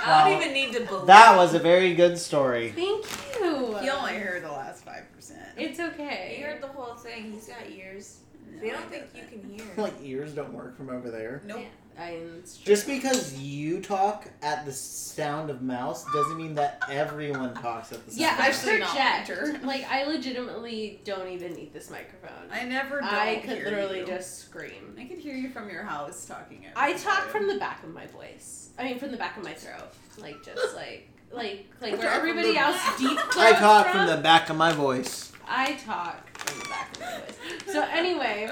Speaker 4: I
Speaker 2: Wow.
Speaker 4: don't even need to believe.
Speaker 2: That was a very good story.
Speaker 1: Thank you.
Speaker 3: He only heard the last five percent.
Speaker 1: It's okay.
Speaker 4: He heard the whole thing. He's got ears. They don't think you can hear.
Speaker 2: Like ears don't work from over there.
Speaker 3: Nope.
Speaker 1: I, it's true.
Speaker 2: Just because you talk at the sound of mouse doesn't mean that everyone talks at the sound.
Speaker 1: yeah,
Speaker 2: of
Speaker 1: I
Speaker 2: mouse.
Speaker 3: Actually not
Speaker 1: project.
Speaker 3: winter.
Speaker 1: Like I legitimately don't even need this microphone.
Speaker 3: I never. Don't
Speaker 1: I could
Speaker 3: hear
Speaker 1: literally
Speaker 3: you.
Speaker 1: just scream.
Speaker 3: I could hear you from your house talking. at
Speaker 1: I
Speaker 3: me,
Speaker 1: talk
Speaker 3: too.
Speaker 1: from the back of my voice. I mean, from the back of my throat, like just like like like where
Speaker 3: Talk from
Speaker 1: everybody
Speaker 3: the-
Speaker 1: else deep.
Speaker 2: I
Speaker 1: throats
Speaker 2: talk from the back of my voice.
Speaker 1: I talk from the back of my voice. So anyway,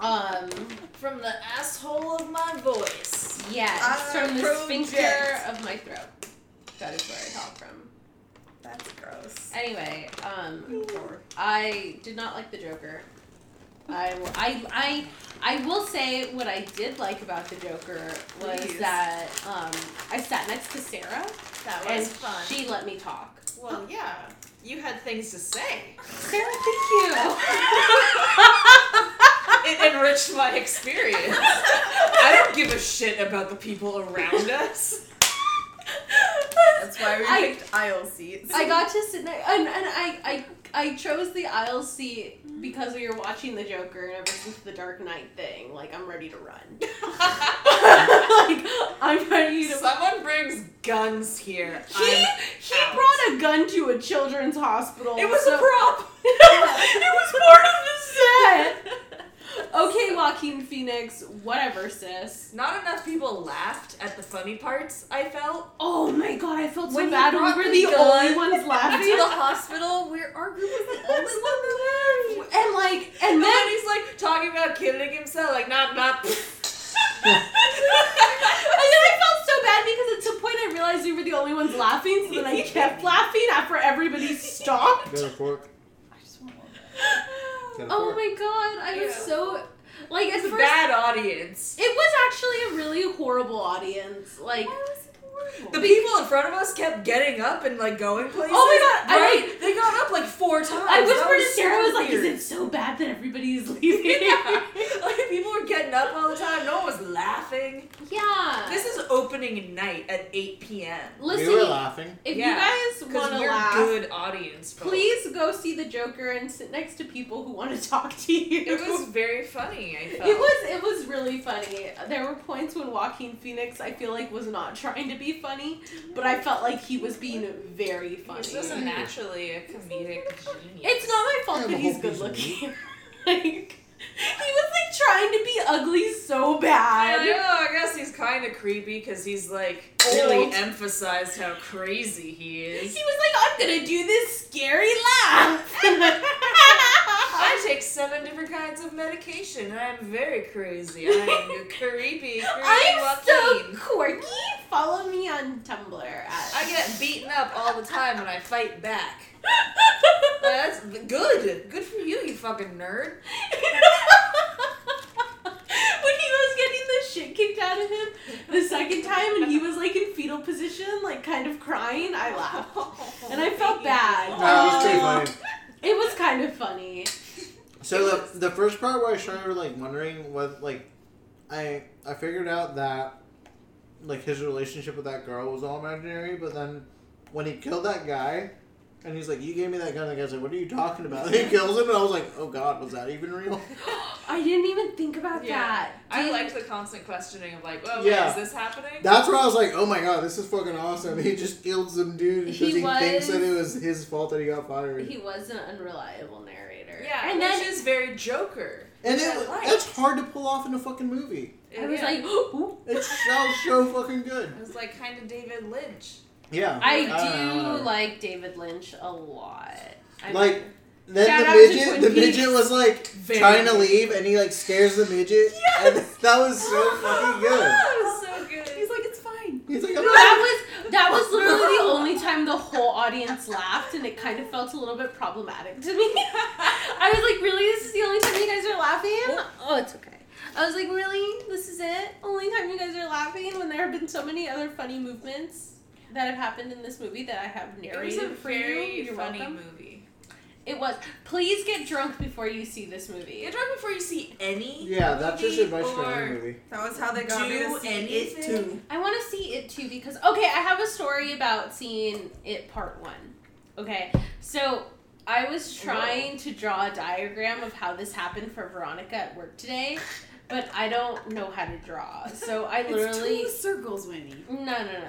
Speaker 1: um,
Speaker 4: From the asshole of my voice.
Speaker 1: yes,
Speaker 3: I
Speaker 1: from the sphincter
Speaker 3: project.
Speaker 1: of my throat. That is where I talk from.
Speaker 3: That's gross.
Speaker 1: Anyway, um,
Speaker 3: Or-
Speaker 1: I did not like the Joker. I, will- I, I, I will say what I did like about the Joker was
Speaker 3: Please.
Speaker 1: that um, I sat next to Sarah
Speaker 4: That
Speaker 1: and
Speaker 4: was fun.
Speaker 1: she let me talk.
Speaker 4: well, yeah. You had things to say.
Speaker 1: Sarah, thank you.
Speaker 4: It enriched my experience. I don't give a shit about the people around us.
Speaker 3: That's why we
Speaker 1: I-
Speaker 3: picked aisle seats.
Speaker 1: I got to sit next, and, and I, I, I chose the aisle seat because we were watching The Joker, and ever since the Dark Knight thing, like I'm ready to run. like I'm ready to.
Speaker 4: Someone brings guns here.
Speaker 1: he
Speaker 4: I'm
Speaker 1: he
Speaker 4: out.
Speaker 1: brought a gun to a children's hospital.
Speaker 4: It was
Speaker 1: so-
Speaker 4: a prop. it was part of the set.
Speaker 1: Okay, Joaquin Phoenix, whatever, sis.
Speaker 4: Not enough people laughed at the funny parts. I felt.
Speaker 1: Oh my god, I felt so
Speaker 4: When he
Speaker 1: bad. We
Speaker 4: brought
Speaker 1: were
Speaker 4: the
Speaker 1: the
Speaker 4: gun
Speaker 1: only ones
Speaker 4: After
Speaker 1: laughing.
Speaker 4: the hospital, where our group was the only one that laughed.
Speaker 1: and like, and
Speaker 4: And
Speaker 1: then
Speaker 4: then he's like talking about killing himself, like not not.
Speaker 1: And then I felt so bad because at some point I realized we were the only ones laughing, so then I kept laughing after everybody stopped.
Speaker 2: Go to fork.
Speaker 3: I just want one.
Speaker 2: Go to
Speaker 1: Oh
Speaker 2: fork.
Speaker 1: my god, I was
Speaker 4: Yeah.
Speaker 1: so like at
Speaker 4: It's a
Speaker 1: first
Speaker 4: bad audience.
Speaker 1: it was actually a really horrible audience. Like
Speaker 4: Oh. The people in front of us kept getting up and like going places.
Speaker 1: Oh my God, I-
Speaker 4: Right? they got up like four times.
Speaker 1: I
Speaker 4: That
Speaker 1: whispered
Speaker 4: was
Speaker 1: to Sarah, I
Speaker 4: so
Speaker 1: was like, is
Speaker 4: weird.
Speaker 1: it so bad that everybody's leaving?
Speaker 4: like people were getting up all the time. No one was laughing.
Speaker 1: yeah.
Speaker 4: This is opening night at 8 p.m.
Speaker 1: Listen,
Speaker 2: we were laughing.
Speaker 1: if
Speaker 4: Yeah,
Speaker 1: you guys
Speaker 4: Because
Speaker 1: want to
Speaker 4: we're
Speaker 1: laugh,
Speaker 4: good audience. folks.
Speaker 1: please go see the Joker and sit next to people who want to talk to you.
Speaker 4: It was very funny. I felt.
Speaker 1: It was it was really funny. There were points when Joaquin Phoenix I feel like was not trying to be funny, but I felt like he was being very funny.
Speaker 4: This isn't naturally a comedic genius.
Speaker 1: It's not my
Speaker 2: I
Speaker 1: fault
Speaker 2: have
Speaker 1: that
Speaker 2: a
Speaker 1: he's
Speaker 2: whole
Speaker 1: good
Speaker 2: piece of
Speaker 1: looking.
Speaker 2: meat.
Speaker 1: like he was like trying to be ugly so
Speaker 4: I
Speaker 1: bad.
Speaker 4: know. I guess he's kind of creepy because he's like really
Speaker 1: Old.
Speaker 4: emphasized how crazy he
Speaker 1: He
Speaker 4: is.
Speaker 1: was like, I'm gonna do this scary laugh.
Speaker 4: I take seven different kinds of medication, and I'm very crazy. I'm creepy, creepy
Speaker 1: I'm so
Speaker 4: Joaquin.
Speaker 1: quirky. Follow me on Tumblr. At-
Speaker 4: I get beaten up all the time, and I fight back. That's good. Good for you, you fucking nerd.
Speaker 1: when he was getting the shit kicked out of him the second time and he was like in fetal position, like kind of crying, I laughed. And I felt bad. Um,
Speaker 2: No,
Speaker 1: I
Speaker 2: it
Speaker 1: was
Speaker 2: was pretty
Speaker 1: like-
Speaker 2: funny.
Speaker 1: It was kind of funny.
Speaker 2: So the the first part where I started like wondering what like I I figured out that like his relationship with that girl was all imaginary, but then when he killed that guy and he's like, You gave me that gun, the guy's like, What are you talking about? And he kills him and I was like, Oh god, was that even real?
Speaker 1: I didn't even think about
Speaker 4: Yeah.
Speaker 1: that.
Speaker 4: I
Speaker 1: Did-
Speaker 4: liked the constant questioning of like, oh,
Speaker 2: Yeah.
Speaker 4: is this happening?
Speaker 2: That's where I was like, Oh my god, this is fucking awesome. He just killed some dude because
Speaker 1: He
Speaker 2: he,
Speaker 1: was-
Speaker 2: thinks that it was his fault that he got fired.
Speaker 1: he was an unreliable narrator.
Speaker 4: yeah,
Speaker 1: and
Speaker 4: which
Speaker 1: then
Speaker 4: is very Joker.
Speaker 2: and
Speaker 4: which I
Speaker 2: it,
Speaker 4: liked.
Speaker 2: that's hard to pull off in a fucking movie.
Speaker 1: I was
Speaker 4: Yeah.
Speaker 1: like, ooh.
Speaker 2: It's so so fucking good.
Speaker 4: it was like kind of David Lynch.
Speaker 2: Yeah.
Speaker 1: I
Speaker 2: don't know,
Speaker 1: do
Speaker 2: whatever.
Speaker 1: like David Lynch a lot. I
Speaker 2: Like,
Speaker 1: mean-
Speaker 2: Then
Speaker 1: Shout out
Speaker 2: the
Speaker 1: to
Speaker 2: midget,
Speaker 1: Twin
Speaker 2: the
Speaker 1: Peaks.
Speaker 2: midget was like
Speaker 4: Very
Speaker 2: trying to
Speaker 4: good.
Speaker 2: leave, and he like scares the midget.
Speaker 1: Yes!
Speaker 2: and that was so fucking good.
Speaker 4: That was Oh, so good.
Speaker 3: He's like, it's fine.
Speaker 2: He's like, I'm not-
Speaker 1: that was that was literally the only time the whole audience laughed, and it kind of felt a little bit problematic to me. I was like, really, this is the only time you guys are laughing? Oh, it's okay. I was like, really? This is it? Only time you guys are laughing when there have been so many other funny movements that have happened in this movie that I have
Speaker 4: It was
Speaker 1: narrated
Speaker 4: a
Speaker 1: for
Speaker 4: very
Speaker 1: you. You're
Speaker 4: funny
Speaker 1: welcome.
Speaker 4: movie.
Speaker 1: It was. Please get drunk before you see this movie.
Speaker 4: Get drunk before you see any.
Speaker 2: Yeah, that's just
Speaker 4: movie
Speaker 2: advice for
Speaker 4: or-
Speaker 2: any movie.
Speaker 3: That was how they got me
Speaker 4: Do
Speaker 3: to see
Speaker 4: anything.
Speaker 3: it too.
Speaker 1: I want to see it too because okay, I have a story about seeing it part one. Okay, so I was trying to draw a diagram of how this happened for Veronica at work today, but I don't know how to draw. So I literally
Speaker 3: It's two circles, Winnie.
Speaker 1: no no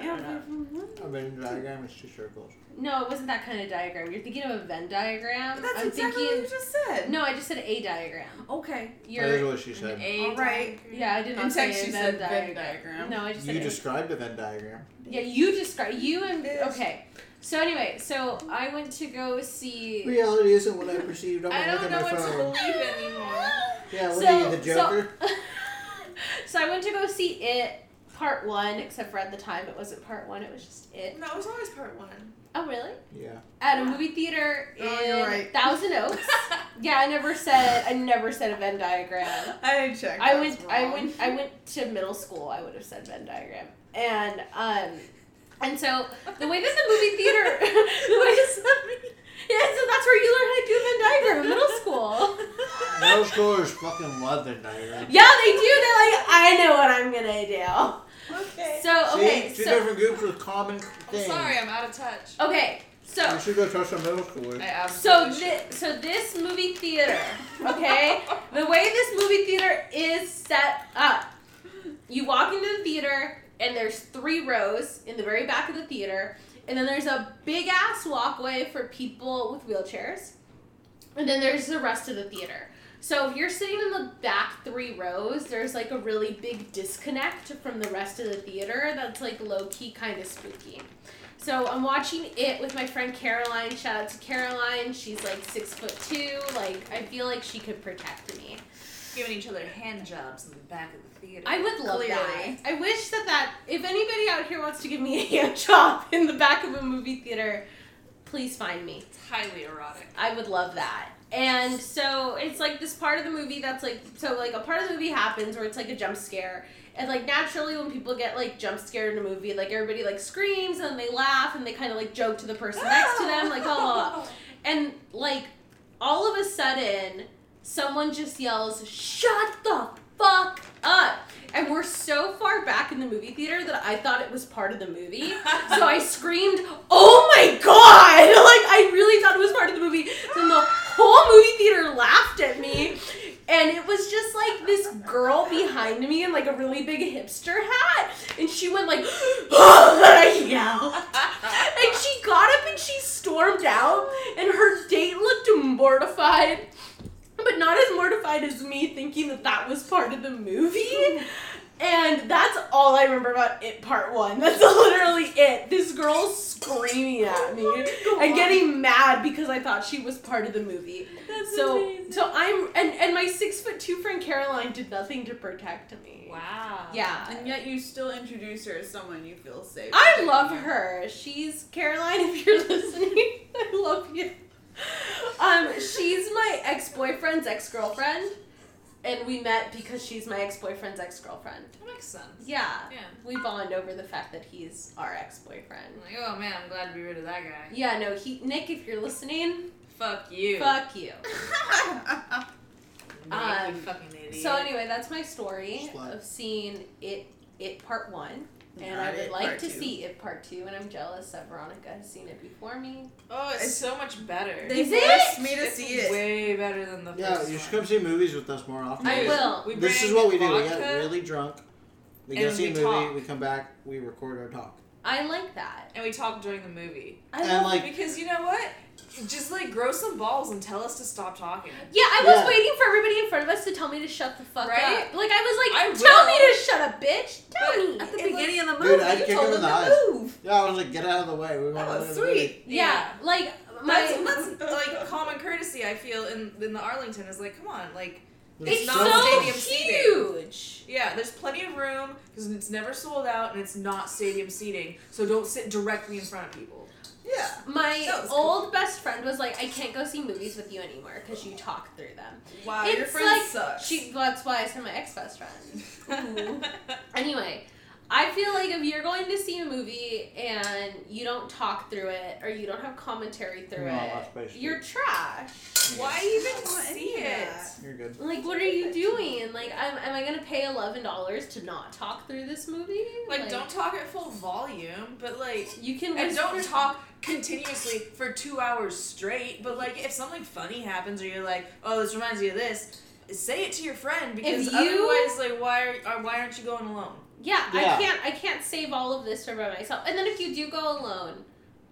Speaker 1: no no no.
Speaker 2: I've been in diagram is two circles.
Speaker 1: No, it wasn't that kind of diagram. You're thinking of a Venn diagram.
Speaker 3: That's
Speaker 1: I'm
Speaker 3: exactly what you
Speaker 1: thinking.
Speaker 3: just said.
Speaker 1: No, I just said a diagram.
Speaker 3: Okay.
Speaker 2: That is
Speaker 1: You're
Speaker 2: what she
Speaker 4: An
Speaker 2: said.
Speaker 4: A
Speaker 3: All right.
Speaker 4: diagram.
Speaker 1: yeah, I did not
Speaker 3: In
Speaker 1: say
Speaker 3: text,
Speaker 1: a
Speaker 3: you
Speaker 1: Venn
Speaker 3: said Venn
Speaker 1: diagram.
Speaker 3: diagram.
Speaker 1: No, I just said
Speaker 2: You
Speaker 1: a-
Speaker 2: described a Venn diagram.
Speaker 1: Yeah, you describe you and
Speaker 3: Bitch.
Speaker 1: okay. So anyway, so I went to go see.
Speaker 2: Reality isn't what I perceived. I'm
Speaker 4: I
Speaker 2: gonna look
Speaker 4: don't
Speaker 2: at
Speaker 4: know
Speaker 2: my
Speaker 4: what to
Speaker 2: phone.
Speaker 4: believe anymore.
Speaker 2: Yeah, what
Speaker 1: So-
Speaker 2: are you, the
Speaker 1: so-
Speaker 2: Joker?
Speaker 1: so I went to go see it part one, except for at the time it wasn't part one; it was just it.
Speaker 4: No, it was always part one.
Speaker 1: Oh really?
Speaker 2: Yeah.
Speaker 1: At a movie theater in
Speaker 3: Oh, you're right.
Speaker 1: Thousand Oaks. yeah, I never said I never said a Venn diagram.
Speaker 3: I checked.
Speaker 1: I
Speaker 3: That
Speaker 1: went
Speaker 3: was
Speaker 1: I
Speaker 3: wrong.
Speaker 1: went I went to middle school. I would have said Venn diagram, and um, and so the way that the movie theater, the way this, yeah, so that's where you learn how to do Venn diagram in middle school.
Speaker 2: Middle schoolers fucking love Venn diagrams.
Speaker 1: Yeah, they do. They're like, I know what I'm gonna do.
Speaker 4: okay.
Speaker 1: So okay,
Speaker 2: See, two
Speaker 1: so
Speaker 2: different groups with common
Speaker 4: I'm
Speaker 2: things.
Speaker 4: sorry, I'm out of touch.
Speaker 1: okay, so
Speaker 2: You should go talk to middle schoolers.
Speaker 4: I
Speaker 1: So
Speaker 4: absolutely
Speaker 1: this, so this movie theater, okay, the way this movie theater is set up, you walk into the theater and there's three rows in the very back of the theater, and then there's a big ass walkway for people with wheelchairs, and then there's the rest of the theater. So if you're sitting in the back three rows, there's like a really big disconnect from the rest of the theater that's like low key kind of spooky. So I'm watching it with my friend Caroline. Shout out to Caroline. She's like six foot two. Like I feel like she could protect me.
Speaker 4: giving each other hand jobs in the back of the theater.
Speaker 1: I would love that.
Speaker 3: Clearly.
Speaker 1: I wish that that if anybody out here wants to give me a hand job in the back of a movie theater, please find me.
Speaker 4: It's highly erotic.
Speaker 1: I would love that. And so it's like this part of the movie that's like so like a part of the movie happens where it's like a jump scare. And like naturally when people get like jump scared in a movie, like everybody like screams and they laugh and they kind of like joke to the person next to them, like blah blah blah. And like all of a sudden, someone just yells, "Shut the fuck up!" And we're so far back in the movie theater that I thought it was part of the movie. So I screamed, "Oh my god!" Like I really thought it was part of the movie. Then the whole movie theater laughed at me. And it was just like this girl behind me in like a really big hipster hat, and she went like, "Oh!" and I yelled. And she got up and she stormed out, and her date looked mortified, but not as mortified as me thinking that that was part of the movie. And that's all I remember about it part one. That's literally it. This girl screaming
Speaker 4: Oh
Speaker 1: at me and getting mad because I thought she was part of the movie.
Speaker 4: That's
Speaker 1: So
Speaker 4: amazing.
Speaker 1: so I'm and, and my six foot two friend Caroline did nothing to protect me.
Speaker 4: wow.
Speaker 1: Yeah.
Speaker 3: And yet you still introduce her as someone you feel safe.
Speaker 1: I
Speaker 3: with.
Speaker 1: love her. She's Caroline. If you're listening, I love you. Um, she's my ex-boyfriend's ex-girlfriend, and we met because she's my ex-boyfriend's ex-girlfriend.
Speaker 4: That makes sense.
Speaker 1: Yeah,
Speaker 4: Yeah.
Speaker 1: we bond over the fact that he's our ex-boyfriend.
Speaker 4: I'm like, oh man, I'm glad to be rid of that guy.
Speaker 1: Yeah, no, he Nick. If you're listening,
Speaker 4: Fuck you.
Speaker 1: fuck you.
Speaker 4: Nick,
Speaker 1: Um,
Speaker 4: you fucking idiot.
Speaker 1: So anyway, that's my story
Speaker 2: Slut.
Speaker 1: of seeing it. It part one, and
Speaker 3: Not
Speaker 1: I would
Speaker 3: it,
Speaker 1: like
Speaker 3: part
Speaker 1: to
Speaker 3: two.
Speaker 1: see it part two, and I'm jealous that Veronica has seen it before me.
Speaker 4: oh, it's,
Speaker 3: It's-
Speaker 4: so much better.
Speaker 3: They
Speaker 1: Is it?
Speaker 3: forced me to
Speaker 4: it's
Speaker 3: see it.
Speaker 4: way better than the
Speaker 2: Yeah,
Speaker 4: first
Speaker 2: you should
Speaker 4: one.
Speaker 2: come see movies with us more often.
Speaker 1: I
Speaker 4: Dude,
Speaker 1: will.
Speaker 4: We
Speaker 2: This is
Speaker 4: bring
Speaker 2: what we do. We
Speaker 4: vodka.
Speaker 2: get really drunk. We go
Speaker 4: And
Speaker 2: see a
Speaker 4: we
Speaker 2: movie.
Speaker 4: talk.
Speaker 2: We come back. We record our talk.
Speaker 1: I like that.
Speaker 4: and we talk during the movie.
Speaker 1: I
Speaker 2: And,
Speaker 1: love
Speaker 2: like-
Speaker 4: Because you know what? Just like grow some balls and tell us to stop talking.
Speaker 1: Yeah, I was
Speaker 2: Yeah.
Speaker 1: waiting for everybody in front of us to tell me to shut the fuck
Speaker 4: Right?
Speaker 1: up. Like I was like,
Speaker 4: I
Speaker 1: tell
Speaker 4: will.
Speaker 1: me to shut up, bitch. Tell
Speaker 4: But
Speaker 1: me.
Speaker 3: At the
Speaker 4: It
Speaker 3: beginning of the movie,
Speaker 2: Dude, I'd
Speaker 3: you
Speaker 2: kick
Speaker 3: told
Speaker 2: her in
Speaker 3: them
Speaker 2: the
Speaker 3: to
Speaker 2: eyes.
Speaker 3: move.
Speaker 2: Yeah, I was like, get out of the way. We want
Speaker 3: That
Speaker 2: to
Speaker 3: was
Speaker 2: the movie.
Speaker 3: Oh, sweet.
Speaker 1: yeah. like my
Speaker 4: That's, that's like common courtesy I feel in in the Arlington is like, come on, like
Speaker 1: it's
Speaker 4: not
Speaker 1: so
Speaker 4: stadium seating.
Speaker 1: huge.
Speaker 4: yeah, there's plenty of room because it's never sold out and it's not stadium seating, so don't sit directly in front of people.
Speaker 3: Yeah. That
Speaker 1: My
Speaker 3: was cool.
Speaker 1: old best friend was like, I can't go see movies with you anymore because you talk through them.
Speaker 3: Wow, your
Speaker 1: It's
Speaker 3: friend
Speaker 1: like
Speaker 3: sucks.
Speaker 1: She, that's why I said my ex best friend. Anyway, I feel like if you're going to see a movie and you don't talk through it or you don't have commentary through
Speaker 2: No, that's
Speaker 1: it,
Speaker 2: basically-
Speaker 1: you're trash.
Speaker 4: Why even
Speaker 3: I don't want any
Speaker 4: see
Speaker 3: of
Speaker 4: it?
Speaker 3: that.
Speaker 2: You're good.
Speaker 1: Like, what are you doing? Like, am, am I gonna pay eleven dollars to not talk through this movie?
Speaker 4: Like, don't talk at full volume, but like,
Speaker 1: you can
Speaker 4: and don't
Speaker 1: whisper-
Speaker 4: talk continuously for two hours straight. But like, if something funny happens, or you're like, oh, this reminds me of this, say it to your friend because
Speaker 1: you-
Speaker 4: otherwise, like, why are uh, why aren't you going alone?
Speaker 1: Yeah,
Speaker 2: Yeah.
Speaker 1: I can't. I can't save all of this for by myself. And then if you do go alone,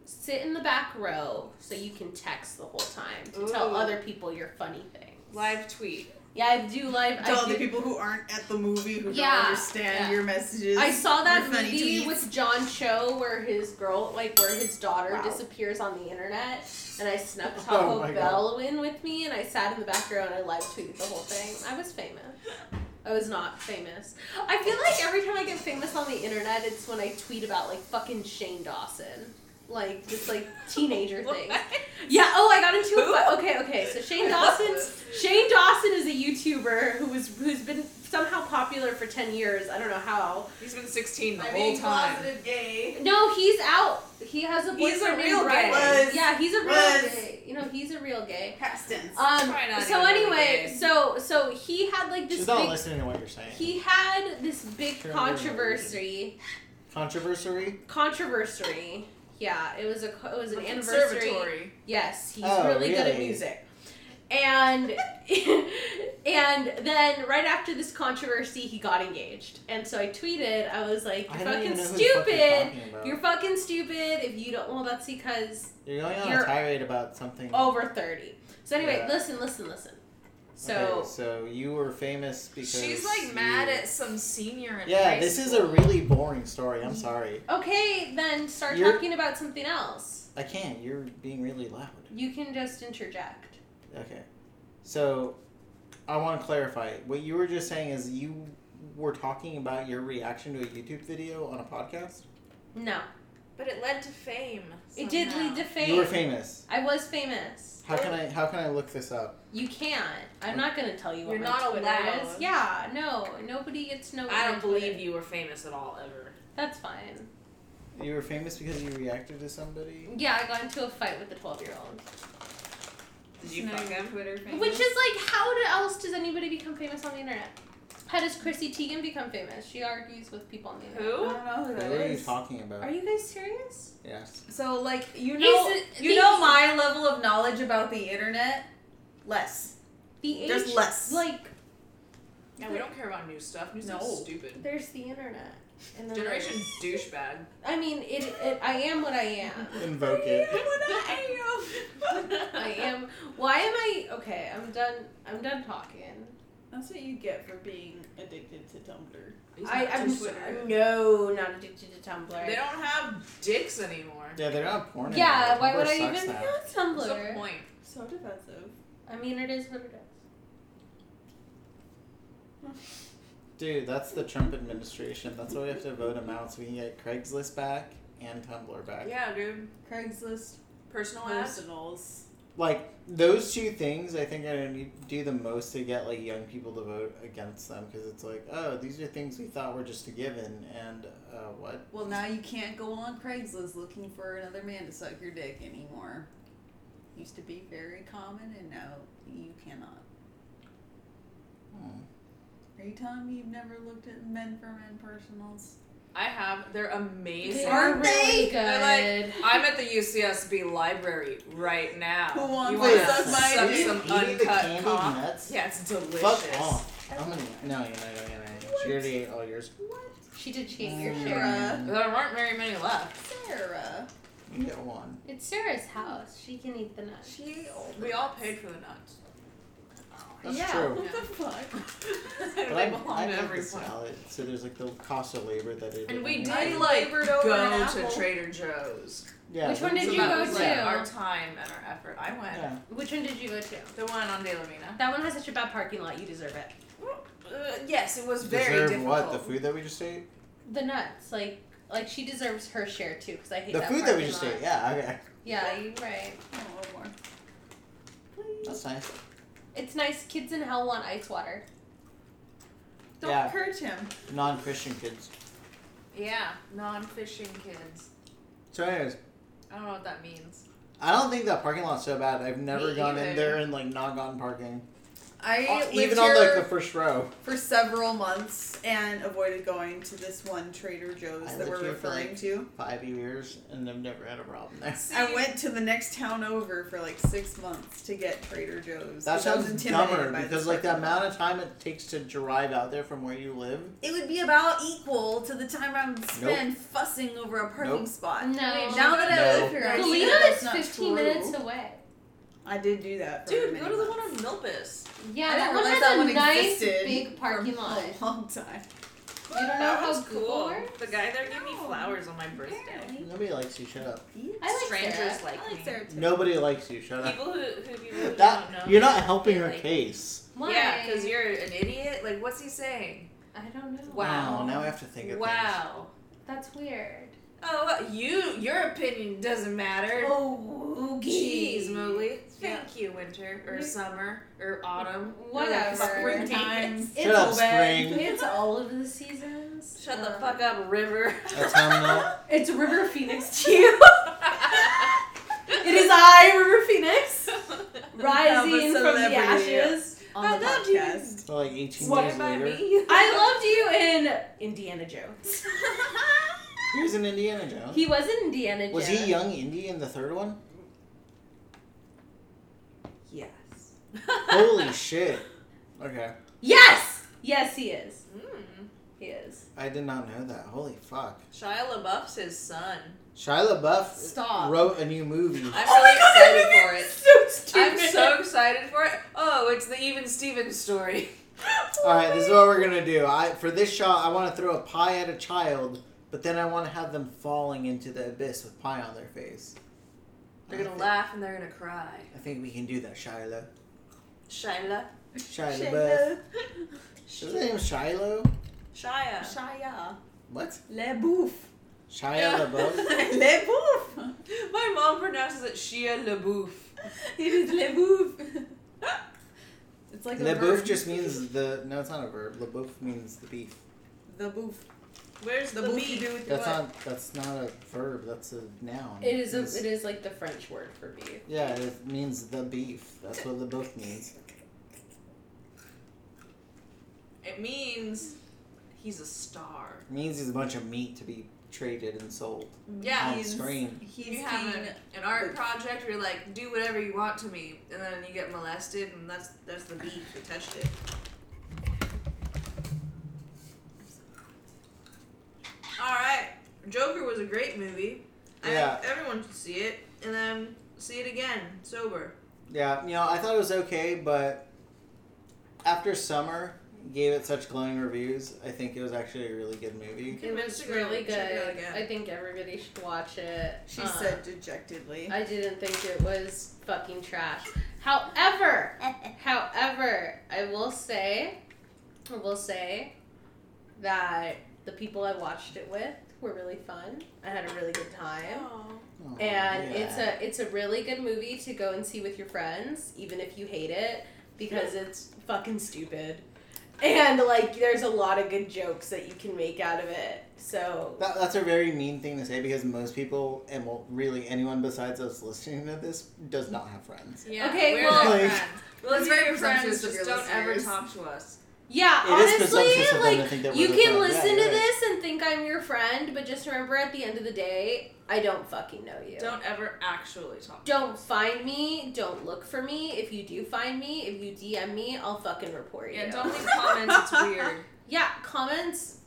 Speaker 1: sit in the back row so you can text the whole time to
Speaker 4: Ooh.
Speaker 1: tell other people your funny things.
Speaker 4: Live tweet.
Speaker 1: Yeah, I do live.
Speaker 3: Tell
Speaker 1: I
Speaker 3: the
Speaker 1: do.
Speaker 3: people who aren't at the movie who
Speaker 1: Yeah,
Speaker 3: don't understand
Speaker 1: yeah.
Speaker 3: your messages.
Speaker 1: I saw that
Speaker 3: your funny
Speaker 1: movie
Speaker 3: tweets.
Speaker 1: with John Cho where his girl, like where his daughter
Speaker 3: Wow.
Speaker 1: disappears on the internet, and I snuck
Speaker 2: Oh
Speaker 1: Taco
Speaker 2: my God.
Speaker 1: Bell in with me, and I sat in the background and I live tweeted the whole thing. I was famous. I was not famous. I feel like every time I get famous on the internet, it's when I tweet about like fucking Shane Dawson, like just like teenager things. Yeah. Oh, I got into a
Speaker 4: Who?
Speaker 1: fight. Okay, okay. So Shane Dawson, Shane Dawson is a YouTuber who was who's been somehow popular for ten years. I don't know how.
Speaker 4: He's been 16 the
Speaker 3: I'm
Speaker 4: whole
Speaker 3: being
Speaker 4: time.
Speaker 3: closeted gay.
Speaker 1: No, he's out. He has a boyfriend.
Speaker 4: He's a
Speaker 1: named
Speaker 4: real
Speaker 1: Ryan.
Speaker 3: gay. Was-
Speaker 1: yeah, he's a real
Speaker 3: was-
Speaker 1: gay. You know, he's a real gay.
Speaker 3: Past tense.
Speaker 1: Um.
Speaker 4: Probably not
Speaker 1: So
Speaker 4: even really
Speaker 1: anyway,
Speaker 4: gay.
Speaker 1: so so he had like this
Speaker 2: She's not
Speaker 1: big.
Speaker 2: listening to what you're saying.
Speaker 1: He had this big
Speaker 2: Sure,
Speaker 1: controversy.
Speaker 2: Controversy?
Speaker 1: Controversy. Yeah, it was a co- it was an anniversary.
Speaker 4: Conservatory.
Speaker 1: Yes, he's
Speaker 2: Oh,
Speaker 1: really, good at
Speaker 2: really?
Speaker 1: music. And and then right after this controversy, he got engaged. And so I tweeted, I was like,
Speaker 2: I
Speaker 1: "You're
Speaker 2: don't
Speaker 1: fucking
Speaker 2: even know who the fuck you're
Speaker 1: stupid.
Speaker 2: talking about.
Speaker 1: You're fucking stupid if you don't." Well, that's because
Speaker 2: You're going on
Speaker 1: You're- Oh,
Speaker 2: a tirade about something.
Speaker 1: over 30. So anyway,
Speaker 2: Yeah.
Speaker 1: listen, listen, listen. So
Speaker 2: Okay, so you were famous because
Speaker 4: She's like mad
Speaker 2: you-
Speaker 4: at some senior in
Speaker 2: Yeah,
Speaker 4: high
Speaker 2: this is a
Speaker 4: school.
Speaker 2: really boring story.
Speaker 1: Mm-hmm.
Speaker 2: I'm sorry.
Speaker 1: okay, then start
Speaker 2: You're-
Speaker 1: talking about something else.
Speaker 2: I can't. You're being really loud.
Speaker 1: You can just interject.
Speaker 2: Okay. So, I want to clarify. What you were just saying is you were talking about your reaction to a YouTube video on a podcast.
Speaker 1: No,
Speaker 4: But it led to fame.
Speaker 1: it did
Speaker 4: somehow.
Speaker 1: lead to fame.
Speaker 2: You were famous.
Speaker 1: I was famous.
Speaker 2: How can I? How can I look this up?
Speaker 1: You can't. I'm not gonna tell you what
Speaker 4: You're
Speaker 1: my
Speaker 4: not
Speaker 1: Twitter
Speaker 4: allowed.
Speaker 1: is. Yeah, no, nobody gets to know. what
Speaker 4: I
Speaker 1: my
Speaker 4: don't believe
Speaker 1: Twitter-
Speaker 4: you were famous at all ever.
Speaker 1: That's fine.
Speaker 2: You were famous because you reacted to somebody.
Speaker 1: Yeah, I got into a fight with the 12 year old.
Speaker 4: Did you
Speaker 3: Now
Speaker 4: fuck
Speaker 3: you're
Speaker 4: him?
Speaker 3: Twitter famous.
Speaker 1: Which is like, how do- else does anybody become famous on the internet? How does Chrissy Teigen become famous? She argues with people on the internet.
Speaker 3: I
Speaker 4: Who?
Speaker 3: don't know who that
Speaker 2: What are you
Speaker 3: is.
Speaker 2: talking about?
Speaker 1: Are you guys serious?
Speaker 2: yes.
Speaker 3: So like you
Speaker 1: Is
Speaker 3: know
Speaker 1: it-
Speaker 3: you
Speaker 1: the-
Speaker 3: know my level of knowledge about the internet less.
Speaker 1: The age,
Speaker 3: There's less.
Speaker 1: Like,
Speaker 4: No, we don't care about new stuff. New
Speaker 3: No.
Speaker 4: stuff's stupid.
Speaker 1: there's the internet. And then
Speaker 4: Generation
Speaker 1: there's-
Speaker 4: douchebag.
Speaker 1: I mean, it, it. I am what I am.
Speaker 2: Invoke it.
Speaker 1: I am. Why am I? Okay, I'm done. I'm done talking.
Speaker 3: That's what you get for being addicted to Tumblr.
Speaker 1: I, I'm sorry. no, not addicted to Tumblr.
Speaker 4: They don't have dicks anymore.
Speaker 2: Yeah, they're not porn.
Speaker 1: yeah,
Speaker 2: anymore.
Speaker 1: why
Speaker 2: Tumblr
Speaker 1: would I
Speaker 2: sucks
Speaker 1: even
Speaker 2: now.
Speaker 1: have
Speaker 4: What's the
Speaker 1: Tumblr?
Speaker 4: point?
Speaker 3: So defensive.
Speaker 1: I mean, it is what it is.
Speaker 2: Dude, that's the Trump administration. That's why we have to vote him out so we can get Craigslist back and Tumblr back.
Speaker 4: Yeah, dude.
Speaker 3: Craigslist
Speaker 4: Personal ads.
Speaker 3: personals.
Speaker 2: Like those two things, I think I do the most to get like young people to vote against them because it's like, oh, these are things we thought were just a given, and uh, what?
Speaker 3: Well, now you can't go on Craigslist looking for another man to suck your dick anymore. Used to be very common, and now you cannot.
Speaker 2: Hmm.
Speaker 3: Are you telling me you've never looked at men for men personals?
Speaker 4: I have. They're amazing.
Speaker 1: They
Speaker 3: Are
Speaker 1: are really
Speaker 3: they?
Speaker 4: They're
Speaker 1: good.
Speaker 4: I'm at the UCSB library right now.
Speaker 3: Who wants
Speaker 4: you
Speaker 3: to
Speaker 4: wanna
Speaker 3: suck my
Speaker 4: suck
Speaker 3: dick?
Speaker 4: some
Speaker 2: Eating the
Speaker 4: uncut
Speaker 2: candied
Speaker 4: cock?
Speaker 2: nuts?
Speaker 4: Yeah, it's delicious.
Speaker 2: Fuck off! I'm gonna no, you know, you know,
Speaker 3: What?
Speaker 2: you already ate all yours.
Speaker 3: What,
Speaker 1: she did cheat your
Speaker 2: Mm.
Speaker 1: share.
Speaker 3: Sarah.
Speaker 4: There aren't very many left.
Speaker 3: Sarah?
Speaker 2: You get one.
Speaker 1: It's Sarah's house. She can eat the nuts.
Speaker 3: She ate all.
Speaker 4: We all paid for the nuts.
Speaker 2: That's
Speaker 1: yeah.
Speaker 2: true.
Speaker 3: What the fuck?
Speaker 4: they
Speaker 2: But I,
Speaker 4: belong
Speaker 2: I
Speaker 4: to
Speaker 2: like the
Speaker 4: everyone.
Speaker 2: salad, so there's like the cost of labor that it.
Speaker 4: And we
Speaker 2: eliminates.
Speaker 3: I
Speaker 4: did like
Speaker 3: labored over an
Speaker 4: go
Speaker 3: apple.
Speaker 4: to Trader Joe's.
Speaker 2: Yeah,
Speaker 1: Which one
Speaker 2: that's
Speaker 1: Did
Speaker 4: so
Speaker 1: you
Speaker 2: about-
Speaker 4: that
Speaker 1: go
Speaker 4: was, like,
Speaker 1: to?
Speaker 4: our time and our effort. I went.
Speaker 2: Yeah.
Speaker 1: Which one did you go to?
Speaker 4: The one on De La Mina.
Speaker 1: That one has such a bad parking lot. You deserve it.
Speaker 4: Uh, yes, it was very
Speaker 2: Deserve
Speaker 4: difficult.
Speaker 2: what the food that we just ate?
Speaker 1: The nuts, like Like she deserves her share too, because I hate
Speaker 2: The
Speaker 1: that
Speaker 2: food that
Speaker 1: parking
Speaker 2: we just
Speaker 1: lot.
Speaker 2: ate, yeah, okay.
Speaker 1: Yeah, you're right.
Speaker 3: I want Oh, one more.
Speaker 2: That's nice.
Speaker 1: It's nice. Kids in hell want ice water.
Speaker 3: Don't
Speaker 2: Yeah.
Speaker 3: encourage him.
Speaker 2: Non Christian kids.
Speaker 4: Yeah, non-fishing kids.
Speaker 2: So, anyways,
Speaker 4: I don't know what that means.
Speaker 2: I don't think that parking lot's so bad. I've never
Speaker 4: Me
Speaker 2: gone in
Speaker 4: either.
Speaker 2: there and, like, not gotten parking.
Speaker 3: I
Speaker 2: Uh,
Speaker 3: lived
Speaker 2: Even on, like,
Speaker 3: here
Speaker 2: the first row.
Speaker 3: for several months and avoided going to this one Trader Joe's
Speaker 2: I
Speaker 3: that
Speaker 2: lived
Speaker 3: we're
Speaker 2: here for,
Speaker 3: referring
Speaker 2: like-
Speaker 3: to.
Speaker 2: Five years, and I've never had a problem there.
Speaker 3: I went to the next town over for like six months to get Trader Joe's.
Speaker 2: That
Speaker 3: 'cause I was
Speaker 2: sounds
Speaker 3: intimidated
Speaker 2: dumber
Speaker 3: by this
Speaker 2: because, like, the
Speaker 3: parking lot.
Speaker 2: amount of time it takes to drive out there from where you live.
Speaker 3: It would be about equal to the time I would spend fussing over a parking
Speaker 2: Nope.
Speaker 3: spot.
Speaker 1: No.
Speaker 3: Uh, Now that I
Speaker 2: No.
Speaker 3: live here, I see that
Speaker 1: Galena
Speaker 3: that's
Speaker 1: is
Speaker 3: not
Speaker 1: 15
Speaker 3: true.
Speaker 1: minutes away.
Speaker 3: I did do that. For
Speaker 4: Dude,
Speaker 3: many
Speaker 4: go to the one
Speaker 3: months.
Speaker 4: on Milpus.
Speaker 1: Yeah,
Speaker 3: I
Speaker 1: that
Speaker 3: didn't
Speaker 1: one
Speaker 3: realize
Speaker 1: has
Speaker 3: that
Speaker 1: a
Speaker 3: one
Speaker 1: nice
Speaker 3: existed
Speaker 1: big parking lot.
Speaker 3: For a long time.
Speaker 1: You don't know
Speaker 4: That
Speaker 1: how
Speaker 4: was
Speaker 1: cool.
Speaker 4: cool.
Speaker 1: works?
Speaker 4: The guy there gave me
Speaker 3: No.
Speaker 4: flowers on my birthday.
Speaker 3: Apparently.
Speaker 2: Nobody likes you. Shut up.
Speaker 1: I like
Speaker 4: Strangers
Speaker 1: Sarah.
Speaker 4: like,
Speaker 3: I
Speaker 4: me.
Speaker 3: like Sarah too.
Speaker 2: Nobody likes you. Shut up.
Speaker 4: People who, who you really
Speaker 2: That
Speaker 4: don't know.
Speaker 2: you're not helping her
Speaker 4: Like-
Speaker 2: case.
Speaker 1: Why?
Speaker 4: Yeah, because you're an idiot. Like, what's he saying?
Speaker 1: I don't know.
Speaker 4: Wow.
Speaker 2: Oh, now I have to think of things.
Speaker 4: wow.
Speaker 1: That's weird.
Speaker 4: Oh, well, you your opinion doesn't matter.
Speaker 1: Oh,
Speaker 4: Jeez, Mowgli.
Speaker 3: Yeah.
Speaker 4: Thank you, winter or
Speaker 1: You-
Speaker 4: summer or autumn.
Speaker 1: Whatever.
Speaker 3: Springtime.
Speaker 1: It's
Speaker 2: Shut up,
Speaker 1: all bad.
Speaker 2: spring.
Speaker 1: It's all of the seasons.
Speaker 4: Shut
Speaker 1: Um,
Speaker 4: the fuck up, river.
Speaker 2: That's how I'm not.
Speaker 1: It's River Phoenix to you.
Speaker 4: Cute.
Speaker 1: It is I, River Phoenix, rising
Speaker 3: Now
Speaker 1: from
Speaker 3: I'm a
Speaker 1: the
Speaker 3: celebrity.
Speaker 1: ashes.
Speaker 3: On
Speaker 4: I
Speaker 3: the
Speaker 4: love you.
Speaker 3: podcast.
Speaker 2: Well, like 18
Speaker 4: What
Speaker 2: years
Speaker 4: about
Speaker 2: later,
Speaker 4: me?
Speaker 1: I loved you in Indiana Jones.
Speaker 2: he was in Indiana Jones.
Speaker 1: He was in Indiana Jones.
Speaker 2: was he young Indy in the third one?
Speaker 1: Yes.
Speaker 2: Holy shit! Okay,
Speaker 1: Yes! Yes, he is.
Speaker 4: Mm.
Speaker 1: He is.
Speaker 2: I did not know that. Holy fuck!
Speaker 4: Shia LaBeouf's his son.
Speaker 2: Shia LaBeouf
Speaker 1: Stop.
Speaker 2: wrote a new movie.
Speaker 4: I'm
Speaker 1: Oh my
Speaker 4: really
Speaker 1: God, that
Speaker 4: excited
Speaker 1: movie
Speaker 4: for
Speaker 1: is
Speaker 4: it.
Speaker 1: So stupid.
Speaker 4: I'm so excited for it. Oh, it's the Even Steven story.
Speaker 2: All right, this is what we're gonna do. I for this shot, I want to throw a pie at a child, but then I want to have them falling into the abyss with pie on their face.
Speaker 4: They're gonna
Speaker 2: I thi-
Speaker 4: laugh and they're gonna cry.
Speaker 2: I think we can do that, Shiloh.
Speaker 4: Shia.
Speaker 2: Shia LaBeouf. Is his name Shiloh?
Speaker 4: Shia.
Speaker 3: Shia.
Speaker 2: What?
Speaker 3: Le Bouffe.
Speaker 2: Shia
Speaker 4: Yeah.
Speaker 2: LaBeouf?
Speaker 3: Le Bouffe.
Speaker 4: My mom pronounces it Shia LaBeouf.
Speaker 3: It is Le Bouffe. It's like a
Speaker 2: LaBeouf
Speaker 3: verb.
Speaker 2: just means the. No, it's not a verb. LaBeouf means the beef.
Speaker 3: the Bouffe.
Speaker 4: Where's
Speaker 3: The,
Speaker 4: the,
Speaker 3: Bouffe
Speaker 4: beef?
Speaker 3: you do with
Speaker 2: That's
Speaker 3: your what?
Speaker 2: not. That's not a verb. That's a noun.
Speaker 1: It is,
Speaker 2: It's-
Speaker 1: a, it is like the French word for beef.
Speaker 2: yeah, it means the beef. That's what LaBeouf means.
Speaker 4: It means he's a star.
Speaker 2: It means he's a bunch of meat to be traded and sold
Speaker 4: Yeah.
Speaker 2: on
Speaker 3: He's-
Speaker 2: screen.
Speaker 3: He's
Speaker 4: You have
Speaker 3: being-
Speaker 4: an, an art project where you're like, do whatever you want to me, and then you get molested, and that's that's the beef who touched it. All right, Joker was a great movie.
Speaker 2: Yeah.
Speaker 4: I, everyone should see it, and then see it again sober.
Speaker 2: Yeah, you know, I thought it was okay, but after summer gave it such glowing reviews, I think it was actually a really good movie.
Speaker 1: It
Speaker 4: Convinced
Speaker 1: was
Speaker 4: to go
Speaker 1: really
Speaker 4: check it out
Speaker 1: good.
Speaker 4: again.
Speaker 1: I think everybody should watch it.
Speaker 3: She
Speaker 1: Um,
Speaker 3: said dejectedly.
Speaker 1: I didn't think it was fucking trash. However, however, I will say, I will say that the people I watched it with were really fun. I had a really good time.
Speaker 2: Oh,
Speaker 1: And
Speaker 2: yeah.
Speaker 1: it's a it's a really good movie to go and see with your friends, even if you hate it, because it's fucking stupid. And like there's a lot of good jokes that you can make out of it. So
Speaker 2: That, that's a very mean thing to say because most people, and well, really anyone besides us listening to this, does not have friends.
Speaker 4: Yeah,
Speaker 1: Okay,
Speaker 4: we're
Speaker 1: well-
Speaker 4: not
Speaker 2: Like-
Speaker 4: friends. Well, it's
Speaker 3: We're
Speaker 4: very
Speaker 3: your
Speaker 4: presumptuous.
Speaker 3: friends,
Speaker 4: Just
Speaker 3: your
Speaker 4: don't ever
Speaker 3: listeners.
Speaker 4: talk to us.
Speaker 1: Yeah,
Speaker 2: It is presumptuous of
Speaker 1: honestly,
Speaker 2: them to
Speaker 1: like
Speaker 2: think that we're
Speaker 1: you
Speaker 2: their
Speaker 1: can
Speaker 2: friend.
Speaker 1: listen
Speaker 2: Yeah,
Speaker 1: to
Speaker 2: you're right.
Speaker 1: this and think I'm your friend, but just remember at the end of the day, I don't fucking know you.
Speaker 4: Don't ever actually talk.
Speaker 1: Don't find me. Don't look for me. If you do find me, if you DM me, I'll fucking report you.
Speaker 4: Yeah, don't leave comments. It's weird.
Speaker 1: Yeah, comments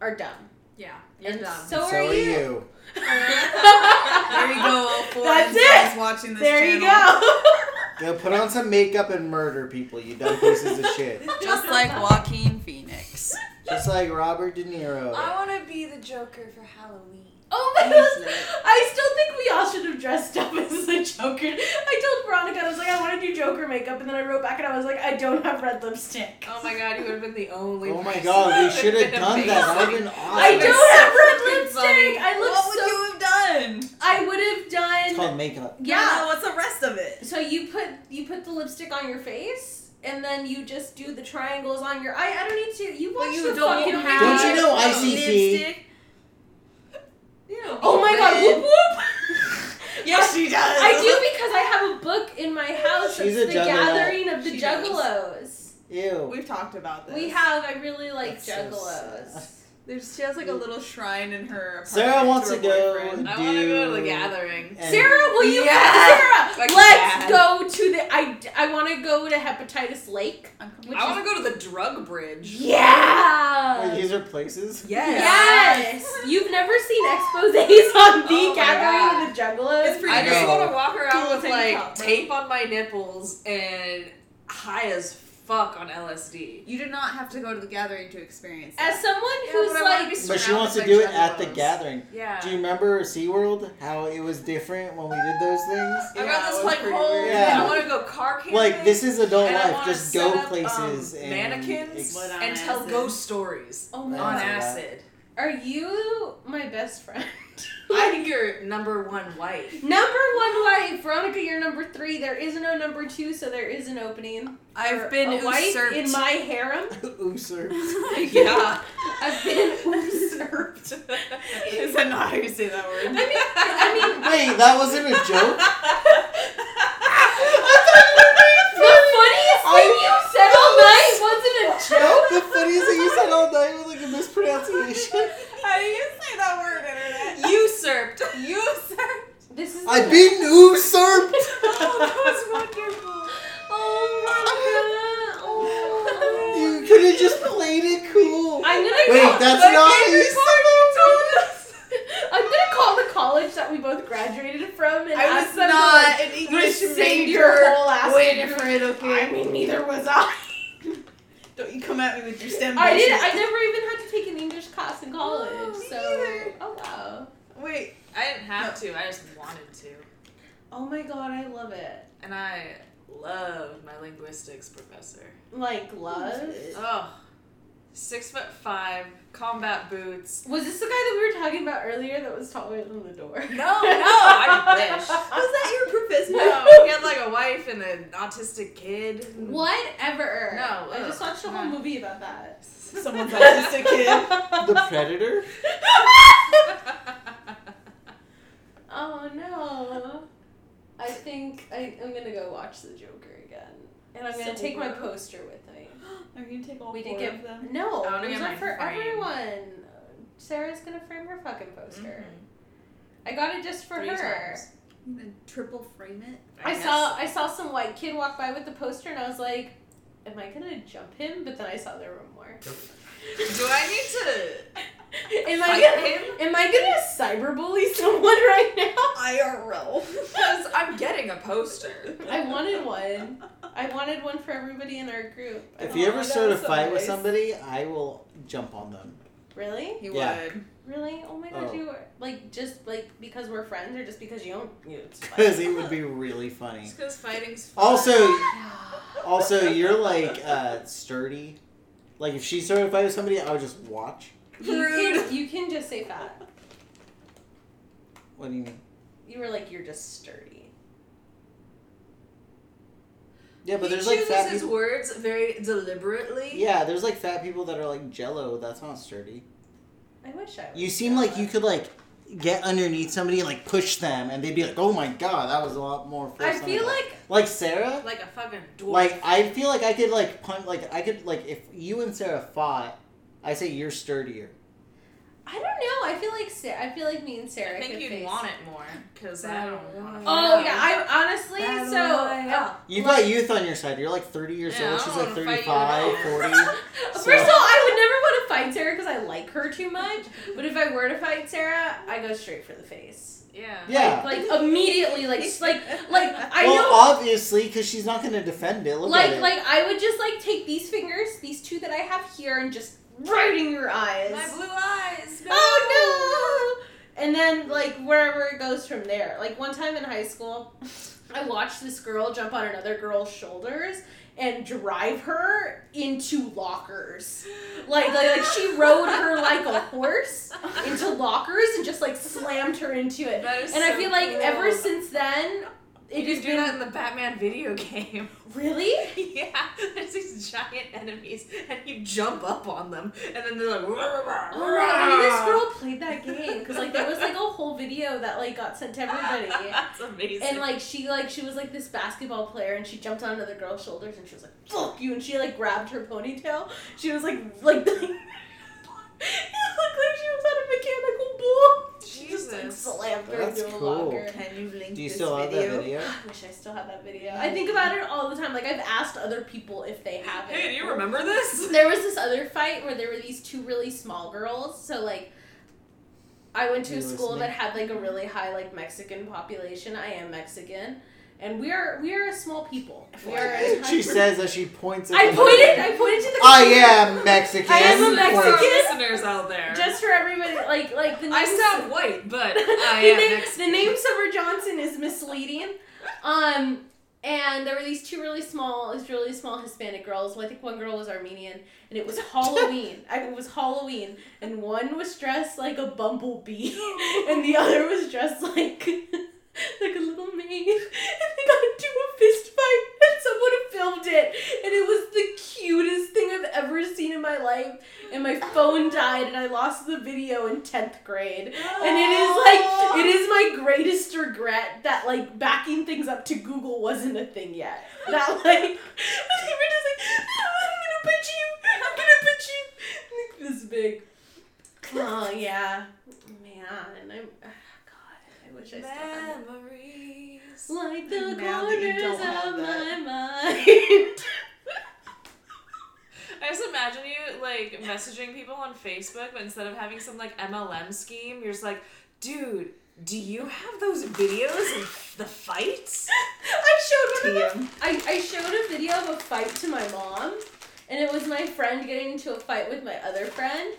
Speaker 1: are dumb.
Speaker 4: Yeah, you're
Speaker 1: and
Speaker 4: dumb.
Speaker 1: So,
Speaker 2: so
Speaker 1: are you.
Speaker 4: There
Speaker 3: there you go, all four
Speaker 1: That's
Speaker 3: insiders watching this
Speaker 1: There you
Speaker 3: channel.
Speaker 1: go.
Speaker 2: Go put on some makeup and murder people, you dumb pieces of shit.
Speaker 3: Just like Joaquin Phoenix.
Speaker 2: Just like Robert De Niro.
Speaker 4: I want to be the Joker for Halloween.
Speaker 1: Oh my
Speaker 3: Easily.
Speaker 1: god! I still think we all should have dressed up as a Joker. I told Veronica, I was like, I want to do Joker makeup, and then I wrote back and I was like, I don't have red lipstick.
Speaker 4: Oh my god, you would have been the only.
Speaker 2: Oh my
Speaker 4: person
Speaker 2: god, we
Speaker 4: that
Speaker 2: should have
Speaker 4: could've
Speaker 2: done
Speaker 4: been
Speaker 2: that. That would
Speaker 4: amazing.
Speaker 2: have been awesome.
Speaker 1: I don't have red mistake. I look
Speaker 3: what
Speaker 1: so.
Speaker 3: would you have done?
Speaker 1: I would have
Speaker 2: It's
Speaker 1: done.
Speaker 2: called makeup.
Speaker 1: Yeah.
Speaker 3: No, what's the rest of it?
Speaker 1: So you put you put the lipstick on your face, and then you just do the triangles on your eye. I don't need to. You
Speaker 3: But
Speaker 1: watch
Speaker 3: you
Speaker 1: the
Speaker 3: don't
Speaker 1: fucking
Speaker 3: have.
Speaker 1: house.
Speaker 2: Don't you know ICC?
Speaker 3: Lipstick.
Speaker 1: Oh my god! Whoop whoop!
Speaker 3: Yes, she does.
Speaker 1: I do because I have a book in my house.
Speaker 2: She's
Speaker 1: it's
Speaker 2: a
Speaker 1: the
Speaker 2: juggalo.
Speaker 1: Gathering of the
Speaker 3: She does.
Speaker 1: Juggalos.
Speaker 2: Ew.
Speaker 3: We've talked about this.
Speaker 1: We have. I really like
Speaker 2: That's so
Speaker 1: Juggalos.
Speaker 2: sad.
Speaker 3: There's, she has like a little shrine in her. apartment
Speaker 2: Sarah wants
Speaker 3: her
Speaker 2: to go
Speaker 3: boyfriend.
Speaker 4: I want to go to the
Speaker 2: Dude.
Speaker 4: gathering.
Speaker 2: And-
Speaker 1: Sarah, will you?
Speaker 4: Yeah.
Speaker 1: Sarah,
Speaker 4: Like
Speaker 1: let's
Speaker 4: that.
Speaker 1: go to the. I I want to go to Hepatitis Lake.
Speaker 3: I'm coming
Speaker 1: Which
Speaker 4: I want to go to the drug bridge.
Speaker 1: Yeah.
Speaker 2: Wait, these are places?
Speaker 1: Yes. You've never seen exposés on the
Speaker 4: Oh my
Speaker 1: gathering of the Juggalos.
Speaker 3: It's pretty
Speaker 4: I just
Speaker 2: No.
Speaker 4: want to walk around
Speaker 3: Cool
Speaker 4: with
Speaker 3: tank
Speaker 4: like
Speaker 3: top, bro.
Speaker 4: tape on my nipples and high as fuck on LSD.
Speaker 3: You do not have to go to the gathering to experience
Speaker 1: As
Speaker 3: that.
Speaker 1: someone
Speaker 4: Yeah,
Speaker 1: who's
Speaker 4: but I wanna
Speaker 1: like,
Speaker 4: be
Speaker 2: But she
Speaker 4: surrounded
Speaker 2: wants to
Speaker 4: by
Speaker 2: do it at the
Speaker 4: juggalos.
Speaker 2: gathering.
Speaker 4: Yeah.
Speaker 2: Do you remember SeaWorld? How it was different when we did those things?
Speaker 4: I
Speaker 3: Yeah,
Speaker 4: got
Speaker 3: it
Speaker 4: this
Speaker 3: was
Speaker 4: like
Speaker 3: pretty
Speaker 4: whole.
Speaker 2: weird.
Speaker 4: Yeah.
Speaker 2: Yeah.
Speaker 4: I want to go car camping.
Speaker 2: Like, this is adult
Speaker 4: And I
Speaker 2: life.
Speaker 4: wanna
Speaker 2: Just
Speaker 4: set
Speaker 2: go
Speaker 4: up, um,
Speaker 2: places and.
Speaker 4: mannequins uh,
Speaker 2: ex-
Speaker 3: What
Speaker 4: and
Speaker 3: on
Speaker 4: tell
Speaker 3: acid?
Speaker 4: ghost stories
Speaker 1: oh
Speaker 2: Yeah.
Speaker 1: my,
Speaker 4: on
Speaker 2: I'll do that.
Speaker 4: acid.
Speaker 1: are you my best friend?
Speaker 4: I think you're number one wife.
Speaker 1: number one wife, Veronica. You're number three. There is no number two, so there is an opening. for
Speaker 3: I've been
Speaker 1: a wife
Speaker 3: usurped.
Speaker 1: in my harem.
Speaker 2: Usurp.
Speaker 3: yeah.
Speaker 1: I've been usurped.
Speaker 3: Is that not how you say that
Speaker 1: I
Speaker 3: word?
Speaker 1: mean, I mean,
Speaker 2: Wait, that wasn't a joke?
Speaker 1: The funniest thing you said all night wasn't a joke.
Speaker 2: the funniest thing you said all night was like a mispronunciation.
Speaker 3: How do you say that word, internet?
Speaker 4: Usurped. Usurped.
Speaker 1: This is.
Speaker 2: I've been usurped.
Speaker 4: Oh, that was wonderful.
Speaker 1: Oh my god. Oh.
Speaker 2: You could have just played it cool.
Speaker 1: I'm gonna.
Speaker 2: Wait,
Speaker 1: call,
Speaker 2: that's
Speaker 1: my
Speaker 2: not how
Speaker 1: favorite
Speaker 2: you said
Speaker 1: part you told us. I'm gonna call the college that we both graduated from and
Speaker 3: I
Speaker 1: ask
Speaker 3: was
Speaker 1: them
Speaker 3: not an
Speaker 1: to like,
Speaker 3: English
Speaker 1: rescind your
Speaker 3: major.
Speaker 1: whole ass.
Speaker 3: Way
Speaker 1: degree.
Speaker 3: different, okay?
Speaker 1: I mean, neither was I.
Speaker 3: Don't you come at me with your STEM
Speaker 1: I
Speaker 3: bullshit.
Speaker 1: didn't. I never even had to take an English class in college.
Speaker 3: No, me
Speaker 1: so.
Speaker 3: neither.
Speaker 1: Oh wow.
Speaker 3: Wait.
Speaker 4: I didn't have to. I just wanted to.
Speaker 1: Oh my god, I love it.
Speaker 4: And I love my linguistics professor.
Speaker 1: Like love.
Speaker 4: Oh, six foot five, combat boots.
Speaker 1: Was this the guy that we were talking about earlier that was taller than the door?
Speaker 4: No, no, I wish.
Speaker 3: Was that your professor?
Speaker 4: No, he had like a wife and an autistic kid.
Speaker 1: Whatever.
Speaker 4: No,
Speaker 1: I just
Speaker 4: ugh,
Speaker 1: watched a whole
Speaker 4: no.
Speaker 1: movie about that.
Speaker 3: Someone's autistic kid.
Speaker 2: The predator.
Speaker 1: Oh no. I think I, I'm gonna go watch The Joker again. And I'm gonna
Speaker 3: So
Speaker 1: take my
Speaker 3: weird.
Speaker 1: poster with me.
Speaker 3: Are you gonna take all
Speaker 1: We
Speaker 3: four
Speaker 1: didn't get
Speaker 3: of them?
Speaker 1: No,
Speaker 4: I wanna
Speaker 1: it was
Speaker 4: get
Speaker 1: not
Speaker 4: my
Speaker 1: for
Speaker 4: frame.
Speaker 1: everyone. Sarah's gonna frame her fucking poster.
Speaker 4: Mhm.
Speaker 1: I got it just for
Speaker 4: Three
Speaker 1: her.
Speaker 4: times.
Speaker 3: I'm gonna triple frame it.
Speaker 1: I,
Speaker 4: guess.
Speaker 1: saw I saw some white kid walk by with the poster and I was like, Am I gonna jump him? But then I saw there were more.
Speaker 4: Do I need
Speaker 1: am I
Speaker 4: Fight
Speaker 1: gonna
Speaker 4: him?
Speaker 1: Am I gonna cyberbully someone right now?
Speaker 3: IRL.
Speaker 4: to? Because I'm getting a poster.
Speaker 1: I wanted one. I wanted one for everybody in our group. I
Speaker 2: If
Speaker 1: don't
Speaker 2: you
Speaker 1: know.
Speaker 2: ever
Speaker 3: Oh, that
Speaker 2: start a
Speaker 3: was so
Speaker 2: fight with
Speaker 3: nice.
Speaker 2: somebody, I will jump on them.
Speaker 1: Really?
Speaker 3: He
Speaker 2: Yeah.
Speaker 3: would.
Speaker 1: Really? Oh my god,
Speaker 2: Oh.
Speaker 1: you are, like just like because we're friends or just because you don't you it's
Speaker 2: Because
Speaker 1: fine.
Speaker 2: it would be really funny.
Speaker 4: Just because fighting's fun.
Speaker 2: Also, also, you're like uh, sturdy. Like if she started a fight with somebody, I would just watch.
Speaker 1: you, can, you can just say fat.
Speaker 2: What do you mean?
Speaker 1: You were like you're just sturdy.
Speaker 2: Yeah, but
Speaker 4: he
Speaker 2: there's like
Speaker 4: chooses
Speaker 2: fat
Speaker 4: his
Speaker 2: people.
Speaker 4: words very deliberately.
Speaker 2: Yeah, there's like fat people that are like jello. That's not sturdy.
Speaker 1: I wish I was
Speaker 2: You seem like you could like get underneath somebody and like push them, and they'd be like, "Oh my god, that was a lot more." force
Speaker 1: I
Speaker 2: than
Speaker 1: feel
Speaker 2: thought."
Speaker 1: like
Speaker 2: like Sarah.
Speaker 4: Like a fucking dwarf.
Speaker 2: Like I feel like I could like punch. Like I could like if you and Sarah fought, I say you're sturdier.
Speaker 1: I don't know. I feel like Sa- I feel like me and Sarah
Speaker 4: I think
Speaker 1: could
Speaker 4: you'd
Speaker 1: face-
Speaker 4: want it more because I don't want to.
Speaker 1: Oh yeah, I honestly
Speaker 3: Battle
Speaker 1: so
Speaker 3: Royale.
Speaker 2: You've got youth on your side. You're like 30 years
Speaker 4: Yeah,
Speaker 2: old.
Speaker 4: I
Speaker 2: She's like
Speaker 4: don't wanna fight
Speaker 2: 35,
Speaker 4: you
Speaker 2: 40.
Speaker 1: First of all, I would never want to fight Sarah because I like her too much. But if I were to fight Sarah, I go straight for the face.
Speaker 4: Yeah.
Speaker 2: Yeah.
Speaker 1: Like immediately, like s- like like I
Speaker 2: well,
Speaker 1: know
Speaker 2: obviously, because she's not going to defend it. Look at
Speaker 1: like
Speaker 2: it.
Speaker 1: like I would just like take these fingers, these two that I have here, and just right in your eyes.
Speaker 4: My blue eyes. No.
Speaker 1: Oh no! And then like wherever it goes from there. Like one time in high school, I watched this girl jump on another girl's shoulders and drive her into lockers. Like, like, like she rode her like a horse into lockers and just like slammed her into it.
Speaker 4: That is
Speaker 1: and I
Speaker 4: so
Speaker 1: feel like
Speaker 4: cool.
Speaker 1: ever since then, it
Speaker 4: You
Speaker 1: has
Speaker 4: can do
Speaker 1: been
Speaker 4: that in the Batman video game.
Speaker 1: really.
Speaker 4: yeah, there's these giant enemies, and you jump up on them, and then they're like.
Speaker 1: Oh, I mean,
Speaker 4: Ah.
Speaker 1: this girl played that game because like there was like a whole video that like got sent to everybody.
Speaker 4: That's amazing.
Speaker 1: And like she like she was like this basketball player and she jumped on another girl's shoulders and she was like fuck you and she like grabbed her ponytail. She was like like it looked like she was on a mechanical bull. She just like
Speaker 4: Jesus.
Speaker 1: slammed her
Speaker 2: That's
Speaker 1: into a
Speaker 2: cool.
Speaker 1: locker.
Speaker 3: Oh, Can you link
Speaker 2: Do you still have that video?
Speaker 1: I wish I still had that video. I think about it all the time. Like I've asked other people if they have it.
Speaker 4: Hey, do you remember this?
Speaker 1: There was this other fight where there were these two really small girls. So like, I went to a
Speaker 2: You
Speaker 1: school
Speaker 2: listening?
Speaker 1: that had like a really high like Mexican population. I am Mexican, and we are we are a small people. We are a tiny-
Speaker 2: She says as she points at
Speaker 1: I
Speaker 2: the
Speaker 1: pointed. I pointed to the.
Speaker 2: I am Mexican.
Speaker 1: I am a Mexican.
Speaker 4: For our listeners out there.
Speaker 1: Just for everybody, like like the.
Speaker 4: I
Speaker 1: names-
Speaker 4: sound white, but I
Speaker 1: the,
Speaker 4: am
Speaker 1: name,
Speaker 4: Mexican.
Speaker 1: the name Summer Johnson is misleading. Um, and there were these two really small, these really small Hispanic girls. Well, I think one girl was Armenian, and it was Halloween. I, it was Halloween, and one was dressed like a bumblebee, and the other was dressed like like a little maid. And they got into a fist fight, and someone filmed it, and it was the cutest thing I've ever seen in my life. And my phone died, and I lost the video in tenth grade. And it is like it is my greatest regret that like backing things up to Google wasn't a thing yet. That like they were just like I'm gonna punch you, I'm gonna punch you like this big. Oh yeah, man. I'm God. I wish I still had.
Speaker 4: Memories.
Speaker 1: that. Like the
Speaker 3: Now that you
Speaker 1: corners
Speaker 3: don't have
Speaker 1: of my
Speaker 3: that.
Speaker 1: mind.
Speaker 4: I just imagine you like messaging people on Facebook, but instead of having some like MLM scheme, you're just like, dude, do you have those videos of the fights?
Speaker 1: I showed one of them.
Speaker 3: TM.
Speaker 1: I, I showed a video of a fight to my mom, and it was my friend getting into a fight with my other friend,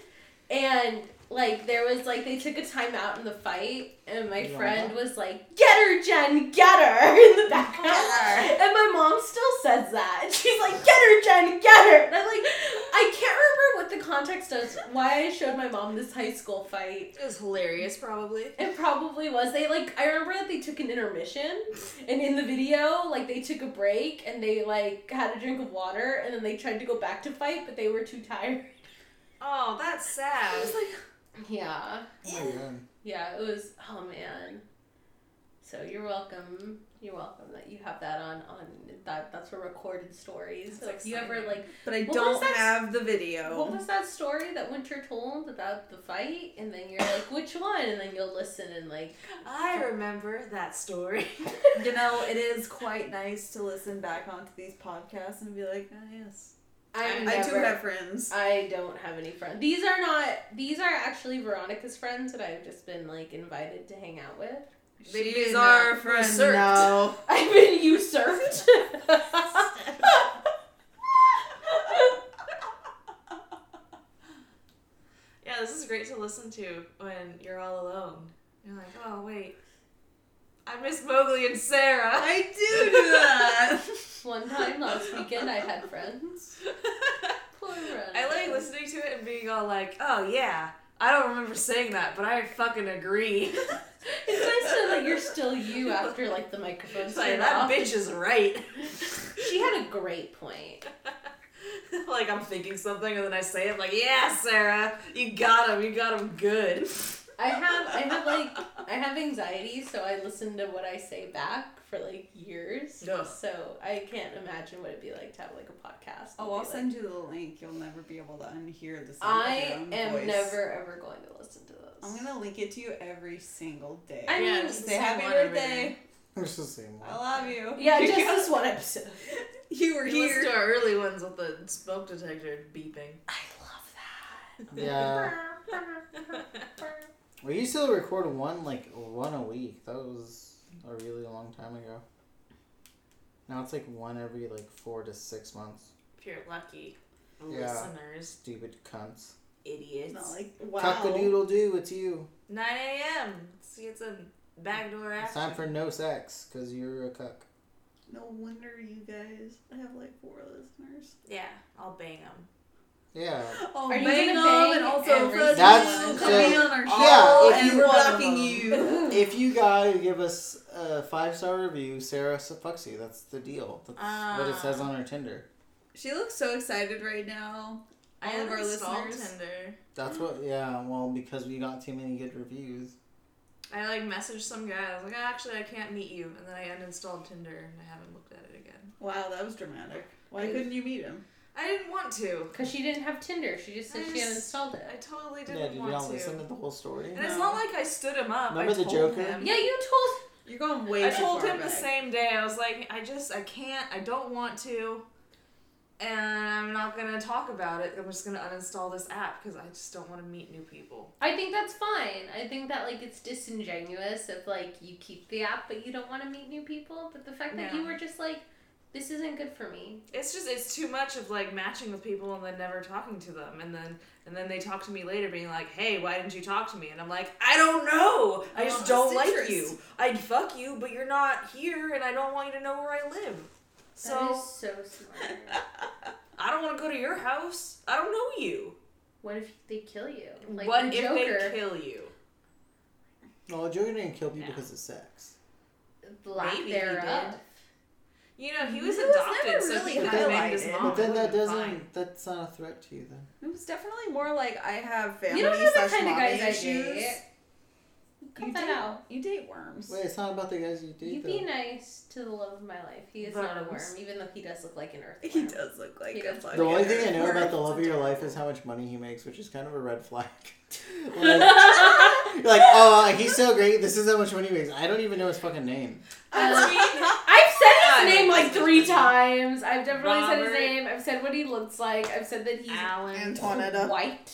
Speaker 1: and like there was like they took a time out in the fight, and my
Speaker 2: Yeah.
Speaker 1: friend was like, "Get her, Jen, get her!" in the background,
Speaker 3: Get
Speaker 1: and my mom still says that. And she's like, "Get her, Jen, get her!" And I'm like, I can't remember what the context is why I showed my mom this high school fight.
Speaker 4: It was hilarious, probably.
Speaker 1: It probably was. They like I remember that they took an intermission and in the video, like they took a break and they like had a drink of water and then they tried to go back to fight, but they were too tired.
Speaker 4: Oh, that's
Speaker 1: I
Speaker 4: sad.
Speaker 1: was like Yeah.
Speaker 2: Oh my God.
Speaker 1: Yeah, it was oh man. So you're welcome. You're welcome that you have that on on that that's for recorded stories. So
Speaker 4: That's
Speaker 1: if you ever
Speaker 4: exciting.
Speaker 1: like
Speaker 3: But I
Speaker 1: What was
Speaker 3: don't
Speaker 1: that-
Speaker 3: have the video.
Speaker 1: what was that story that Winter told about the fight? And then you're like, which one? And then you'll listen and like
Speaker 4: I remember that story.
Speaker 3: you know, it is quite nice to listen back onto these podcasts and be like, ah, yes.
Speaker 1: I'm
Speaker 3: I do
Speaker 1: never-
Speaker 3: have friends.
Speaker 1: I don't have any friends. These are not. These are actually Veronica's friends that I've just been like invited to hang out with.
Speaker 4: They
Speaker 3: She's
Speaker 4: did
Speaker 3: our
Speaker 4: not
Speaker 3: friend
Speaker 4: usurped.
Speaker 3: now.
Speaker 1: I've been usurped.
Speaker 4: Yeah, this is great to listen to when you're all alone. You're like, oh wait, I miss Mowgli and Sarah.
Speaker 3: I do do that.
Speaker 1: One time last weekend, I had friends. Poor
Speaker 4: I like
Speaker 1: Veronica.
Speaker 4: listening to it and being all like, oh yeah, I don't remember saying that, but I fucking agree.
Speaker 1: It's nice to know that you're still you after like the microphone's
Speaker 4: It's like
Speaker 1: turned
Speaker 4: that
Speaker 1: off.
Speaker 4: bitch is right.
Speaker 1: She had a great point.
Speaker 4: like I'm thinking something and then I say it like, yeah, Sarah, you got him, you got him good.
Speaker 1: I have I have like I have anxiety, so I listen to what I say back for like years.
Speaker 4: Ugh.
Speaker 1: So I can't imagine what it'd be like to have like a podcast. and
Speaker 3: Oh,
Speaker 1: be
Speaker 3: I'll
Speaker 1: like,
Speaker 3: send you the link. You'll never be able to unhear this.
Speaker 1: I am never ever going to listen to those.
Speaker 3: I'm gonna link it to you every single day.
Speaker 1: I mean,
Speaker 4: Yeah, it's the
Speaker 3: Say
Speaker 4: same
Speaker 3: happy
Speaker 4: one every
Speaker 3: birthday.
Speaker 4: day.
Speaker 2: It's the same
Speaker 3: I
Speaker 2: one.
Speaker 3: love you.
Speaker 1: yeah, just this one episode.
Speaker 3: you were
Speaker 4: You listen
Speaker 3: here.
Speaker 4: to our early ones with the smoke detector beeping.
Speaker 1: I love
Speaker 2: Yeah. We used to record one like one a week. That was a really long time ago. Now it's like one every like four to six months.
Speaker 4: if you're lucky,
Speaker 2: Yeah.
Speaker 4: listeners,
Speaker 2: Stupid cunts.
Speaker 4: idiots.
Speaker 3: Not like
Speaker 1: that.
Speaker 2: Cock a
Speaker 1: Wow.
Speaker 2: doodle doo, it's you.
Speaker 4: 9 a.m. See, it's a backdoor
Speaker 2: It's
Speaker 4: action.
Speaker 2: time for no sex because you're a cuck.
Speaker 3: No wonder you guys have like four listeners.
Speaker 4: yeah, I'll bang them.
Speaker 2: Yeah.
Speaker 3: Oh,
Speaker 1: Are you
Speaker 3: bang
Speaker 1: gonna
Speaker 3: on
Speaker 1: bang
Speaker 3: and also
Speaker 1: every
Speaker 3: Fred
Speaker 2: That's-
Speaker 3: Hill,
Speaker 2: so-
Speaker 3: come be on our
Speaker 4: yeah,
Speaker 3: show
Speaker 2: if
Speaker 3: and
Speaker 2: you
Speaker 3: we're
Speaker 4: want
Speaker 3: blocking
Speaker 4: them.
Speaker 3: you.
Speaker 2: If you guys give us a five star review, Sarah fucks you. That's the deal. That's what it says on her Tinder.
Speaker 3: She looks so excited right now.
Speaker 4: I
Speaker 3: All of our
Speaker 4: uninstalled
Speaker 3: listeners.
Speaker 4: Tinder.
Speaker 2: That's what. Yeah. Well, because we got too many good reviews.
Speaker 4: I like messaged some guy. I was like, "Ah, actually, I can't meet you, and then I uninstalled Tinder and I haven't looked at it again.
Speaker 3: Wow, that was dramatic. Why
Speaker 4: I-
Speaker 3: couldn't you meet him?
Speaker 4: I didn't want to.
Speaker 1: Because she didn't have Tinder. She just said she
Speaker 4: Nice.
Speaker 1: uninstalled
Speaker 4: I
Speaker 1: it.
Speaker 4: totally didn't
Speaker 2: Yeah. Did you
Speaker 4: want
Speaker 2: not
Speaker 4: to.
Speaker 2: listen to the whole story?
Speaker 4: And it's
Speaker 3: No.
Speaker 4: not like I stood him up.
Speaker 2: Remember
Speaker 4: I
Speaker 2: the
Speaker 4: told
Speaker 2: Joker?
Speaker 4: Him.
Speaker 1: Yeah, you told
Speaker 3: You're going way
Speaker 4: I
Speaker 3: too
Speaker 4: told
Speaker 3: far
Speaker 4: him the
Speaker 3: back.
Speaker 4: same day. I was like, I just, I can't, I don't want to, and I'm not gonna talk about it. I'm just gonna uninstall this app because I just don't want to meet new people.
Speaker 1: I think that's fine. I think that like it's disingenuous if like you keep the app but you don't want to meet new people. But the fact that
Speaker 4: No.
Speaker 1: you were just like, this isn't good for me.
Speaker 4: It's just, it's too much of like matching with people and then never talking to them, and then and then they talk to me later, being like, Hey, why didn't you talk to me? And I'm like, I don't know. I just
Speaker 3: Lost
Speaker 4: don't like
Speaker 3: interest.
Speaker 4: you. I'd fuck you, but you're not here, and I don't want you to know where I live. So
Speaker 1: that is so smart.
Speaker 4: I don't want to go to your house. I don't know you.
Speaker 1: what if they kill you? Like
Speaker 4: what
Speaker 1: the
Speaker 4: if
Speaker 1: Joker,
Speaker 4: they kill you?
Speaker 2: Well, Joker didn't kill people
Speaker 4: No.
Speaker 2: because of sex.
Speaker 1: lack
Speaker 4: Maybe he
Speaker 1: thereof.
Speaker 4: did. You know, he was
Speaker 3: It was
Speaker 4: adopted,
Speaker 3: never
Speaker 4: so
Speaker 3: really
Speaker 4: he could make his
Speaker 3: highlighted.
Speaker 4: mom.
Speaker 2: But then that
Speaker 4: Oh, Fine.
Speaker 2: doesn't. That's not a threat to you then.
Speaker 3: It was definitely more like I have family
Speaker 1: You don't know the
Speaker 3: slash
Speaker 1: kind of
Speaker 3: mommy
Speaker 1: guys I
Speaker 3: issues.
Speaker 1: date. Cut
Speaker 3: You
Speaker 1: that
Speaker 3: date-
Speaker 1: out.
Speaker 3: You date worms.
Speaker 2: Wait, it's not about the guys you date.
Speaker 1: You
Speaker 2: though.
Speaker 1: be nice to the love of my life. He is not a worm,
Speaker 4: Worms.
Speaker 1: even though he does look like an earthworm.
Speaker 3: He does look like
Speaker 1: He
Speaker 3: a
Speaker 1: does.
Speaker 3: fucking
Speaker 2: The only thing I know about the
Speaker 3: worm.
Speaker 2: love of your life is how much money he makes, which is kind of a red flag. like, you're like, oh, he's so great. This is how much money he makes. I don't even know his fucking name.
Speaker 1: Um, I've said
Speaker 4: God.
Speaker 1: his name like three times. I've definitely said his
Speaker 4: Robert. Ah.
Speaker 1: name. I've said what he looks like. I've said that he's
Speaker 4: Alan.
Speaker 3: Antoinetta.
Speaker 1: white.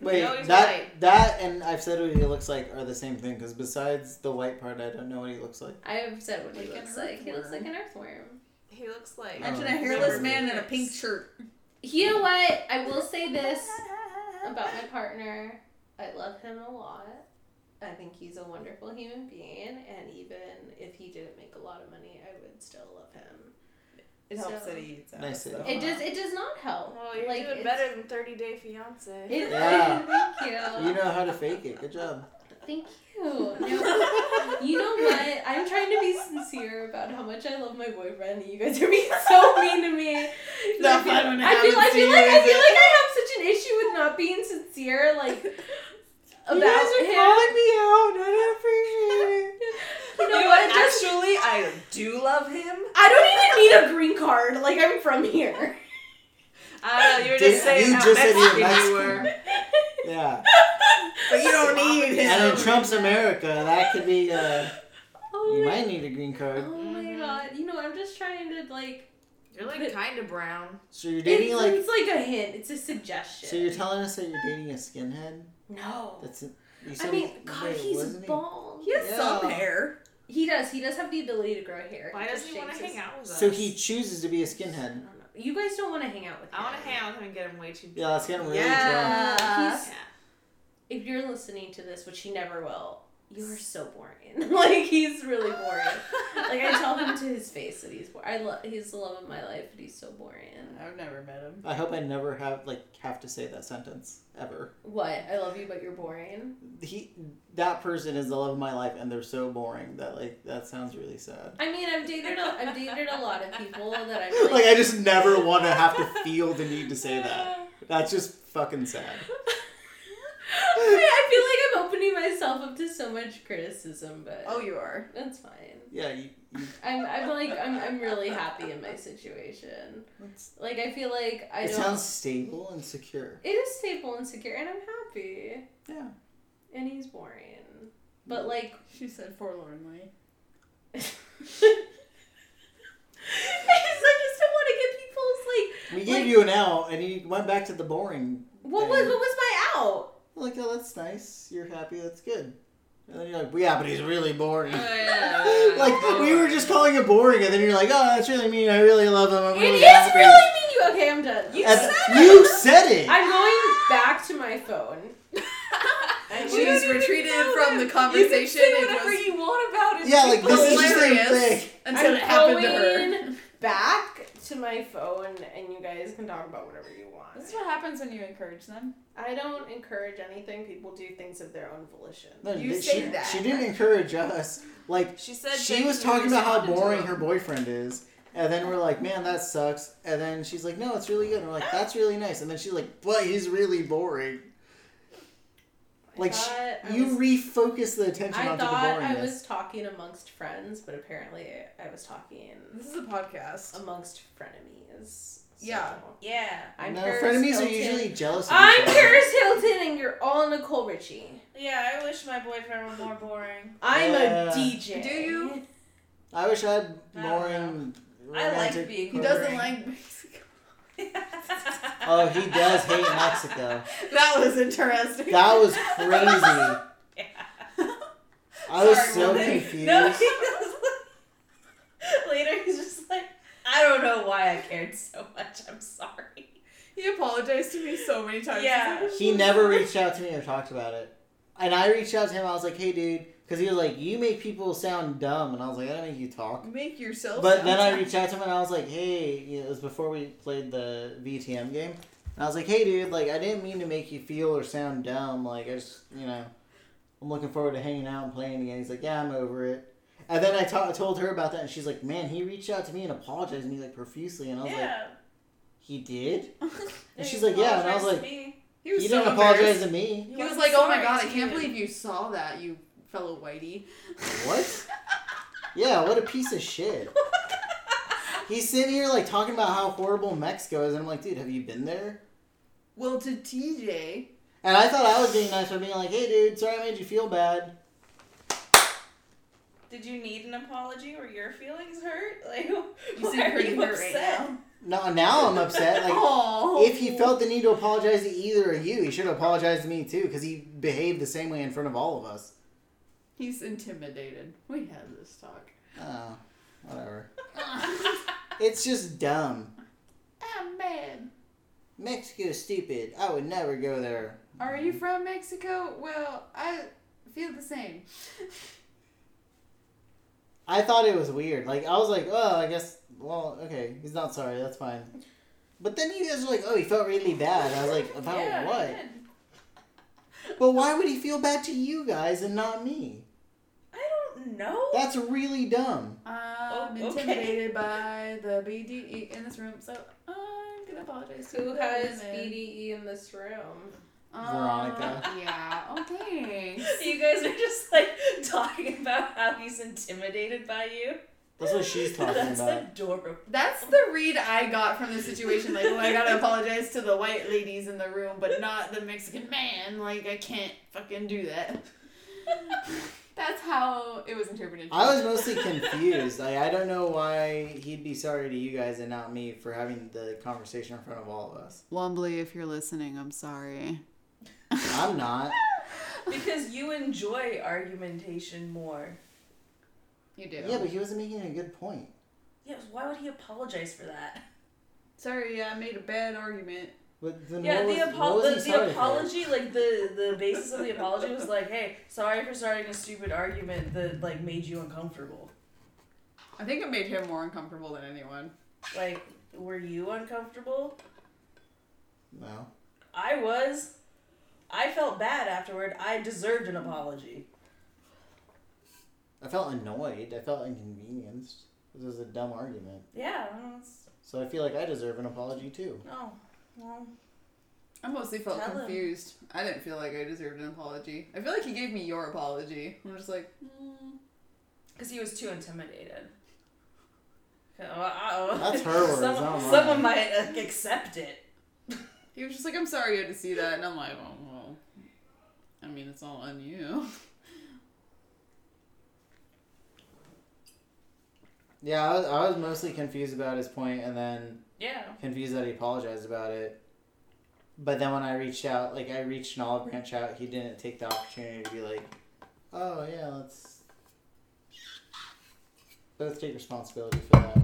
Speaker 2: Wait,
Speaker 4: No, he's
Speaker 2: that
Speaker 4: white.
Speaker 2: that and I've said what he looks like are the same thing. Because besides the white part, I don't know what he looks like.
Speaker 1: I've said what he
Speaker 3: Like an
Speaker 1: looks like. He looks like
Speaker 3: earthworm.
Speaker 1: an earthworm.
Speaker 4: He looks like.
Speaker 2: Oh.
Speaker 3: Imagine a hairless man in a pink shirt.
Speaker 1: You know what? I will say this about my partner. I love him a lot. I think he's a wonderful human being, and even if he didn't make a lot of money, I would still love him.
Speaker 3: It helps
Speaker 1: So-
Speaker 3: that he eats out.
Speaker 2: Nice
Speaker 3: so.
Speaker 2: city.
Speaker 1: It does. It does not help.
Speaker 4: Well, you're
Speaker 1: Like,
Speaker 4: doing
Speaker 1: it's-
Speaker 4: better than 30 Day Fiance.
Speaker 1: It,
Speaker 2: Yeah.
Speaker 1: Thank
Speaker 4: Oh,
Speaker 1: you.
Speaker 2: You know how to fake it. Good job.
Speaker 1: Thank you. No, you know what? I'm trying to be sincere about how much I love my boyfriend. and You guys are being so mean to me.
Speaker 3: Not
Speaker 1: I feel,
Speaker 3: fun when it
Speaker 1: I feel, I
Speaker 3: happens to
Speaker 1: feel
Speaker 3: you,
Speaker 1: like I
Speaker 3: is
Speaker 1: feel
Speaker 3: it?
Speaker 1: like I have such an issue with not being sincere, like about
Speaker 2: you guys are
Speaker 1: him.
Speaker 2: calling me
Speaker 4: Oh,
Speaker 2: out. I don't appreciate it.
Speaker 1: You know what? Just,
Speaker 4: Actually, I do love him.
Speaker 1: I don't even need a green card. Like I'm from here.
Speaker 4: I don't know, you were
Speaker 2: Did-
Speaker 4: just saying
Speaker 2: you
Speaker 4: how
Speaker 2: just said you were
Speaker 4: Mexican you
Speaker 2: Mexican.
Speaker 4: were.
Speaker 2: Yeah.
Speaker 3: But you don't need
Speaker 2: And in
Speaker 3: him.
Speaker 2: Trump's America, that could be. Uh,
Speaker 1: Oh
Speaker 2: you
Speaker 1: my,
Speaker 2: might need a green card.
Speaker 1: oh my god. You know, I'm just trying to like.
Speaker 4: You're like kind of brown.
Speaker 2: So you're
Speaker 1: It's
Speaker 2: dating
Speaker 1: like,
Speaker 2: like.
Speaker 1: it's like a hint. It's a suggestion.
Speaker 2: So you're telling us that you're dating a skinhead?
Speaker 1: no.
Speaker 2: That's it. You
Speaker 1: I
Speaker 2: said
Speaker 1: mean,
Speaker 2: he-
Speaker 1: God,
Speaker 2: wait,
Speaker 1: he's
Speaker 2: wasn't he-
Speaker 1: bald.
Speaker 3: He has some
Speaker 2: Yeah.
Speaker 3: hair.
Speaker 1: He does. He does have the ability to grow hair.
Speaker 4: Why does
Speaker 1: just
Speaker 4: he want to
Speaker 1: shaves
Speaker 4: hang
Speaker 1: his-
Speaker 4: out with us?
Speaker 2: So he chooses to be a
Speaker 1: I
Speaker 2: skinhead.
Speaker 1: don't know. You guys don't want to hang out with him.
Speaker 4: I want to hang out with him and get him way too.
Speaker 2: Yeah, that's getting really drunk.
Speaker 3: Yeah.
Speaker 1: He's- If you're listening to this, which he never will, you are so boring. like he's really boring. like I tell him to his face that he's boring. I love. He's the love of my life, but he's so boring.
Speaker 3: I've never met him.
Speaker 2: I hope I never have like have to say that sentence ever.
Speaker 1: What? I love you, but you're boring.
Speaker 2: He that person is the love of my life, and they're so boring that like that sounds really sad.
Speaker 1: I mean, I've dated. A, I've dated a lot of people that I'm
Speaker 2: Like I just never want to have to feel the need to say that. That's just fucking sad.
Speaker 1: I feel like I'm opening myself up to so much criticism, but
Speaker 3: Oh, you are.
Speaker 1: that's fine.
Speaker 2: Yeah, you, you,
Speaker 1: I'm, I'm like I'm, I'm really happy in my situation.
Speaker 2: that's-
Speaker 1: Like I feel like I
Speaker 2: it
Speaker 1: don't.
Speaker 2: sounds stable and secure.
Speaker 1: It is stable and secure, and I'm happy.
Speaker 2: Yeah.
Speaker 1: And he's boring,
Speaker 3: Mm.
Speaker 1: but like.
Speaker 3: She said forlornly.
Speaker 1: it's I just don't want to get people's like.
Speaker 2: We gave
Speaker 1: Like-
Speaker 2: you an out, and you went back to the boring.
Speaker 1: What was what was my out?
Speaker 2: Like, oh, that's nice. You're happy. That's good. And then you're like, yeah, but he's really boring.
Speaker 4: Oh, yeah.
Speaker 2: like we were just calling it boring, and then you're like, oh, that's really mean. I really love him. I'm
Speaker 3: Oh,
Speaker 1: it
Speaker 2: really
Speaker 1: is
Speaker 2: happy.
Speaker 1: really mean. You okay? I'm done.
Speaker 4: You
Speaker 2: And
Speaker 4: said
Speaker 2: you said it.
Speaker 1: I'm going back to my phone.
Speaker 4: I
Speaker 3: and
Speaker 4: We
Speaker 3: she's
Speaker 4: don't even
Speaker 3: retreated
Speaker 4: know
Speaker 3: from
Speaker 4: that.
Speaker 3: the conversation.
Speaker 4: You can say
Speaker 3: It
Speaker 4: whatever
Speaker 3: was
Speaker 4: you want about it.
Speaker 2: Yeah, like
Speaker 4: people.
Speaker 2: this is just their
Speaker 3: hilarious
Speaker 2: thing.
Speaker 3: until
Speaker 1: I'm
Speaker 3: it happened to
Speaker 1: going-
Speaker 3: her.
Speaker 1: Back to my phone, and you guys can talk about whatever you
Speaker 3: That's
Speaker 1: want.
Speaker 3: what happens when you encourage them.
Speaker 1: I don't encourage anything. People do things of their own volition.
Speaker 2: No,
Speaker 3: You
Speaker 2: th-
Speaker 3: say
Speaker 2: she,
Speaker 3: that.
Speaker 2: she didn't encourage us. Like
Speaker 4: She said
Speaker 2: she
Speaker 4: thank
Speaker 2: was
Speaker 4: you,
Speaker 2: talking about how
Speaker 4: responded to
Speaker 2: boring
Speaker 4: him.
Speaker 2: her boyfriend is, and then we're like, man, that sucks. And then she's like, no, it's really good. And we're like, that's really nice. And then she's like, but he's really boring.
Speaker 1: I
Speaker 2: Like, sh-
Speaker 1: thought I
Speaker 2: You
Speaker 1: was-
Speaker 2: refocus the attention
Speaker 1: I
Speaker 2: onto the
Speaker 1: thought I
Speaker 2: boringness.
Speaker 1: was talking amongst friends, but apparently I was talking
Speaker 3: This is a podcast.
Speaker 1: amongst frenemies. So.
Speaker 3: Yeah.
Speaker 4: Yeah.
Speaker 1: I'm
Speaker 2: no,
Speaker 1: Paris
Speaker 2: frenemies are
Speaker 1: Hilton.
Speaker 2: usually jealous. Of
Speaker 1: I'm
Speaker 2: each other.
Speaker 1: Paris Hilton, and you're all Nicole Richie.
Speaker 4: Yeah, I wish my boyfriend were more boring.
Speaker 1: I'm
Speaker 2: Yeah.
Speaker 1: a DJ.
Speaker 3: Do you?
Speaker 2: I wish I had
Speaker 4: I
Speaker 2: more
Speaker 4: don't I
Speaker 2: romantic.
Speaker 4: like being
Speaker 3: He
Speaker 4: boring.
Speaker 3: doesn't like Mexico.
Speaker 2: Oh, he does hate Mexico.
Speaker 3: That was interesting.
Speaker 2: That was crazy.
Speaker 4: Yeah.
Speaker 2: I was
Speaker 4: Sorry,
Speaker 2: so
Speaker 4: Will.
Speaker 2: confused.
Speaker 4: No, he does. Later, he's just like, I don't know why I cared so much. I'm sorry.
Speaker 3: He apologized to me so many times.
Speaker 4: Yeah.
Speaker 3: He's like,
Speaker 2: He never reached out to me or talked about it. And I reached out to him. I was like, "Hey, dude," because he was like, "You make people sound dumb," and I was like, "I don't make you talk."
Speaker 3: Make yourself.
Speaker 2: But then I
Speaker 3: Oh, sound-
Speaker 2: reached out to him and I was like, "Hey," you know, it was before we played the VTM game. And I was like, "Hey, dude, like I didn't mean to make you feel or sound dumb. Like I just, you know, I'm looking forward to hanging out and playing again." He's like, "Yeah, I'm over it." And then I ta- told her about that, and she's like, "Man, he reached out to me and apologized to me like profusely," and I was like,
Speaker 4: yeah.
Speaker 2: "He did?"
Speaker 4: He
Speaker 2: And she's like, "Yeah," and I
Speaker 4: apologized
Speaker 2: was
Speaker 4: to
Speaker 2: like,
Speaker 4: me.
Speaker 3: He
Speaker 2: "He
Speaker 3: was so
Speaker 2: didn't apologize
Speaker 3: embarrassed.
Speaker 2: to me."
Speaker 3: He
Speaker 4: Well,
Speaker 3: was
Speaker 4: I'm
Speaker 3: like, "Oh my
Speaker 4: sorry
Speaker 3: god, I
Speaker 4: to
Speaker 3: can't
Speaker 4: you."
Speaker 3: believe you saw that, you fellow whitey."
Speaker 2: What? Yeah, what a piece of shit. He's sitting here like talking about how horrible Mexico is, and I'm like, dude, have you been there?
Speaker 3: Well, to TJ,
Speaker 2: And I thought I was being nice by being like, hey, dude, sorry I made you feel bad.
Speaker 4: Did you need an apology? Were your feelings hurt? Like,
Speaker 3: you
Speaker 4: why
Speaker 3: seem
Speaker 4: are
Speaker 3: pretty
Speaker 4: you
Speaker 3: hurt
Speaker 4: upset?
Speaker 3: right now.
Speaker 2: No, now I'm upset. Like,
Speaker 3: Aw.
Speaker 2: if he felt the need to apologize to either of you, he should have apologized to me too, because he behaved the same way in front of all of us.
Speaker 3: he's intimidated. We had this talk.
Speaker 2: Oh, whatever. It's just dumb.
Speaker 3: I'm mad.
Speaker 2: Mexico's stupid. I would never go there.
Speaker 3: Are you from Mexico? Well, I feel the same.
Speaker 2: I thought it was weird. Like I was like, oh, I guess. Well, okay, he's not sorry. That's fine. But then you guys were like, oh, he felt really bad. I was like, about
Speaker 4: yeah,
Speaker 2: what?
Speaker 4: I did.
Speaker 2: But why would he feel bad to you guys and not me?
Speaker 4: I don't know.
Speaker 2: That's really dumb.
Speaker 3: I'm
Speaker 4: Oh, okay.
Speaker 3: intimidated by the BDE in this room, so I'm gonna apologize to
Speaker 1: Who
Speaker 3: the
Speaker 1: has
Speaker 3: women.
Speaker 1: BDE in this room?
Speaker 3: Um,
Speaker 2: Veronica.
Speaker 3: Yeah. Oh, thanks.
Speaker 4: you guys are just like talking about how he's intimidated by you.
Speaker 2: That's what she's talking
Speaker 4: That's
Speaker 2: about.
Speaker 4: adorable.
Speaker 3: That's the read I got from the situation. Like, oh, I gotta apologize to the white ladies in the room, but not the Mexican man. Like, I can't fucking do that. That's how it was interpreted.
Speaker 2: I was mostly confused. Like I don't know why he'd be sorry to you guys and not me for having the conversation in front of all of us.
Speaker 3: Wombly, if you're listening, I'm sorry.
Speaker 2: I'm not.
Speaker 4: Because you enjoy argumentation more.
Speaker 3: You do.
Speaker 2: Yeah, but he wasn't making a good point.
Speaker 4: Yes, why would he apologize for that?
Speaker 3: sorry, I made a bad argument.
Speaker 2: But then
Speaker 4: yeah,
Speaker 2: what was,
Speaker 4: the,
Speaker 2: what
Speaker 4: apo-
Speaker 2: was he
Speaker 4: the,
Speaker 2: sorry
Speaker 4: the
Speaker 2: for?
Speaker 4: apology, like the the basis of the apology was like, hey, sorry for starting a stupid argument that like made you uncomfortable.
Speaker 3: I think it made him more uncomfortable than anyone.
Speaker 4: Like, were you uncomfortable?
Speaker 2: No.
Speaker 4: I was. I felt bad afterward. I deserved an apology.
Speaker 2: I felt annoyed. I felt inconvenienced. This was a dumb argument.
Speaker 4: Yeah, well, that's-
Speaker 2: So I feel like I deserve an apology too.
Speaker 4: no. Well,
Speaker 3: I mostly felt
Speaker 4: Tell him.
Speaker 3: confused. I didn't feel like I deserved an apology. I feel like he gave me your apology. I'm just like, mm.
Speaker 4: Because he was too intimidated. Uh-oh.
Speaker 2: That's her words,
Speaker 4: oh. Some-
Speaker 2: not mine.
Speaker 4: Someone might uh, accept it.
Speaker 3: He was just like, I'm sorry you had to see that. And I'm like, oh, well, I mean, it's all on you.
Speaker 2: Yeah, I was, I was mostly confused about his point and then
Speaker 4: Yeah.
Speaker 2: confused that he apologized about it. But then when I reached out, like I reached an olive branch out, he didn't take the opportunity to be like, oh yeah, let's both take responsibility for that.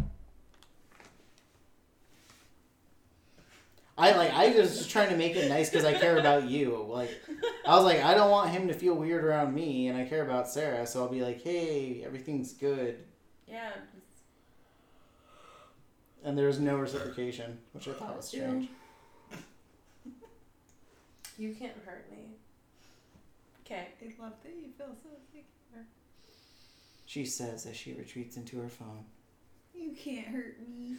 Speaker 2: I like I was just trying to make it nice because I care about you. Like I was like I don't want him to feel weird around me, and I care about Sarah, so I'll be like, hey, everything's good.
Speaker 1: Yeah.
Speaker 2: And there was no reciprocation, which I thought was strange.
Speaker 1: You can't hurt me. Okay.
Speaker 3: I love that you feel so secure.
Speaker 2: She says as she retreats into her phone.
Speaker 3: You can't hurt me.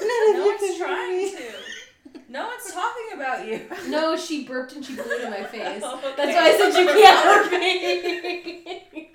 Speaker 4: No one's trying to. No one's talking about you.
Speaker 1: No, she burped and she blew in my face.
Speaker 4: Oh, okay.
Speaker 1: That's why I said you can't hurt me.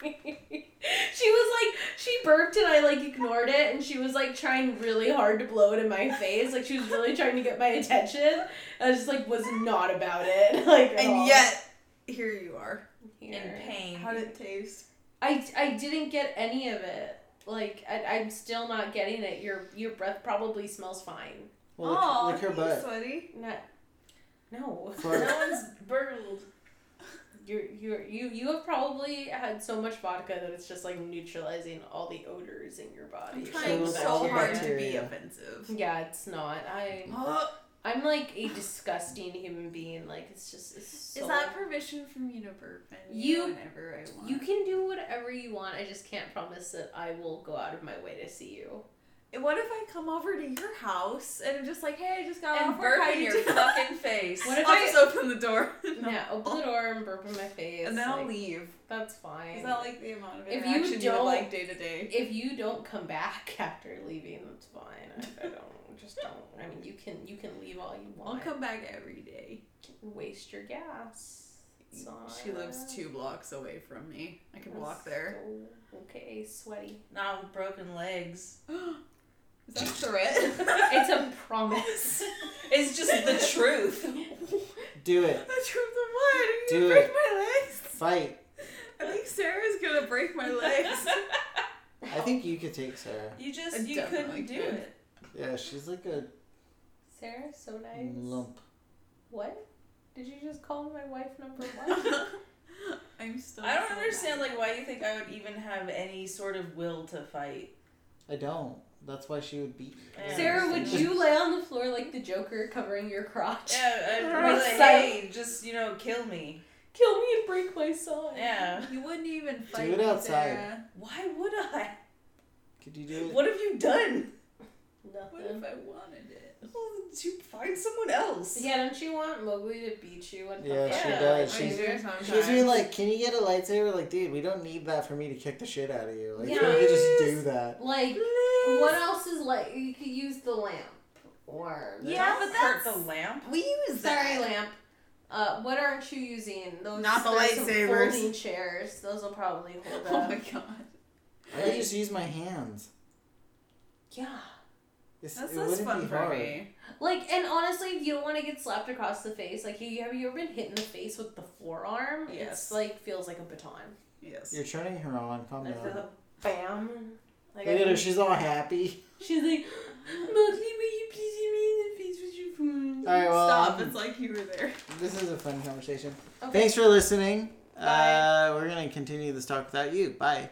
Speaker 1: she was like, she burped and I like ignored it, and she was like trying really hard to blow it in my face. Like she was really trying to get my attention. I was just like was not about it. Like at all.
Speaker 3: And yet, here you are.
Speaker 1: Here.
Speaker 4: In pain.
Speaker 3: How did it taste?
Speaker 1: I I didn't get any of it. Like I, I'm still not getting it. Your your breath probably smells fine.
Speaker 2: Well, lick,
Speaker 4: Aw,
Speaker 2: lick her
Speaker 3: Are you
Speaker 2: butt.
Speaker 3: Sweaty.
Speaker 1: Not, no.
Speaker 2: For-
Speaker 4: No one's burgled.
Speaker 1: You're, you're, you you have probably had so much vodka that it's just like neutralizing all the odors in your body.
Speaker 3: I'm trying
Speaker 1: Like,
Speaker 2: Those
Speaker 3: so
Speaker 2: are
Speaker 3: hard to be
Speaker 2: bacteria.
Speaker 3: offensive.
Speaker 1: Yeah, it's not. I
Speaker 3: Oh,
Speaker 1: I'm like a disgusting human being. Like it's just it's so,
Speaker 3: is that permission from Univerb? And
Speaker 1: You-
Speaker 3: whenever I want.
Speaker 1: you can do whatever you want. I just can't promise that I will go out of my way to see you.
Speaker 3: What if I come over to your house and I'm just like, hey, I just got
Speaker 4: And
Speaker 3: off work.
Speaker 4: burp
Speaker 3: How
Speaker 4: in
Speaker 3: you
Speaker 4: your
Speaker 3: doing?"
Speaker 4: fucking face.
Speaker 1: What if
Speaker 3: I'll
Speaker 1: I-
Speaker 3: just open the door.
Speaker 1: Yeah, open the door and burp in my face.
Speaker 3: and then I'll
Speaker 1: like,
Speaker 3: leave.
Speaker 1: That's fine.
Speaker 3: Is that like the amount of
Speaker 1: If you
Speaker 3: interaction you, would
Speaker 1: don't-
Speaker 3: like day to day?
Speaker 1: if you don't come back after leaving, that's fine. I, I don't just don't. I mean, you can you can leave all you
Speaker 3: I'll
Speaker 1: want.
Speaker 3: come back every day.
Speaker 1: waste your gas. It's
Speaker 3: She
Speaker 1: not-
Speaker 3: lives two blocks away from me. I can
Speaker 1: Let's
Speaker 3: walk there.
Speaker 1: go. Okay, sweaty.
Speaker 4: Not with broken legs.
Speaker 3: Is that a threat?
Speaker 1: It's a promise.
Speaker 4: It's just the truth.
Speaker 2: Do it.
Speaker 3: The truth of what? Are you
Speaker 2: Do
Speaker 3: gonna break
Speaker 2: it.
Speaker 3: my legs?
Speaker 2: Fight.
Speaker 3: I think Sarah's gonna break my legs.
Speaker 2: I think you could take Sarah.
Speaker 4: You just
Speaker 3: I
Speaker 4: you
Speaker 3: definitely
Speaker 4: couldn't do
Speaker 3: could.
Speaker 4: it.
Speaker 2: Yeah, she's like a
Speaker 1: Sarah, so nice.
Speaker 2: lump.
Speaker 1: What? Did you just call my wife number one?
Speaker 3: I'm still.
Speaker 4: I don't
Speaker 3: so
Speaker 4: understand like why you think I would even have any sort of will to fight.
Speaker 2: I don't. That's why she would beat. you.
Speaker 4: Yeah.
Speaker 1: Sarah, would you lay on the floor like the Joker covering your crotch?
Speaker 4: Yeah, I'd
Speaker 1: Right.
Speaker 4: be like,
Speaker 1: Sight.
Speaker 4: hey, just you know, kill me.
Speaker 1: Kill me and break my song.
Speaker 4: Yeah.
Speaker 3: mad. You wouldn't even fight.
Speaker 2: it
Speaker 3: me,
Speaker 2: outside.
Speaker 3: Sarah.
Speaker 4: Why would I?
Speaker 2: Could you do it?
Speaker 4: What have you done?
Speaker 3: What if
Speaker 1: Nothing.
Speaker 3: I wanted it?
Speaker 4: Well, to find someone else.
Speaker 1: Yeah, don't you want Mowgli to beat you? And
Speaker 2: Yeah,
Speaker 4: she
Speaker 1: Yeah.
Speaker 2: does.
Speaker 1: Like,
Speaker 2: She's-
Speaker 1: you're-
Speaker 2: She was being like, "Can you get a lightsaber?" Like, dude, we don't need that for me to kick the shit out of you. Like,
Speaker 1: Yeah.
Speaker 2: you could just do that.
Speaker 1: Like, what else is like? You could use the lamp. Or
Speaker 4: Yeah,
Speaker 3: Yes.
Speaker 4: but that's the lamp.
Speaker 3: we use
Speaker 1: Sorry, lamp. Uh, what aren't you using? Those
Speaker 3: Not the
Speaker 1: there's some
Speaker 3: lightsabers.
Speaker 1: Folding chairs. Those will probably hold
Speaker 3: Oh
Speaker 1: up.
Speaker 3: my god.
Speaker 2: I could just use my hands.
Speaker 1: yeah.
Speaker 2: It's,
Speaker 3: That's
Speaker 2: it
Speaker 3: less
Speaker 2: wouldn't
Speaker 3: fun
Speaker 2: be
Speaker 3: for
Speaker 2: hard.
Speaker 3: me.
Speaker 1: Like, and honestly, if you don't want to get slapped across the face, like, have you, have you ever been hit in the face with the forearm?
Speaker 3: Yes.
Speaker 1: It's like feels like a baton.
Speaker 3: Yes.
Speaker 2: You're turning her on. Calm
Speaker 1: Like,
Speaker 2: down.
Speaker 1: the bam. Like,
Speaker 2: Uh, Look at her.
Speaker 1: I-
Speaker 2: She's all happy.
Speaker 1: she's like, Mowgli, will you please hit me in the face with your phone?
Speaker 2: All right. Well,
Speaker 3: Stop.
Speaker 2: um,
Speaker 3: It's like you were there.
Speaker 2: this is a fun conversation.
Speaker 1: Okay.
Speaker 2: Thanks for listening.
Speaker 1: Bye.
Speaker 2: Uh, we're gonna continue this talk without you. Bye.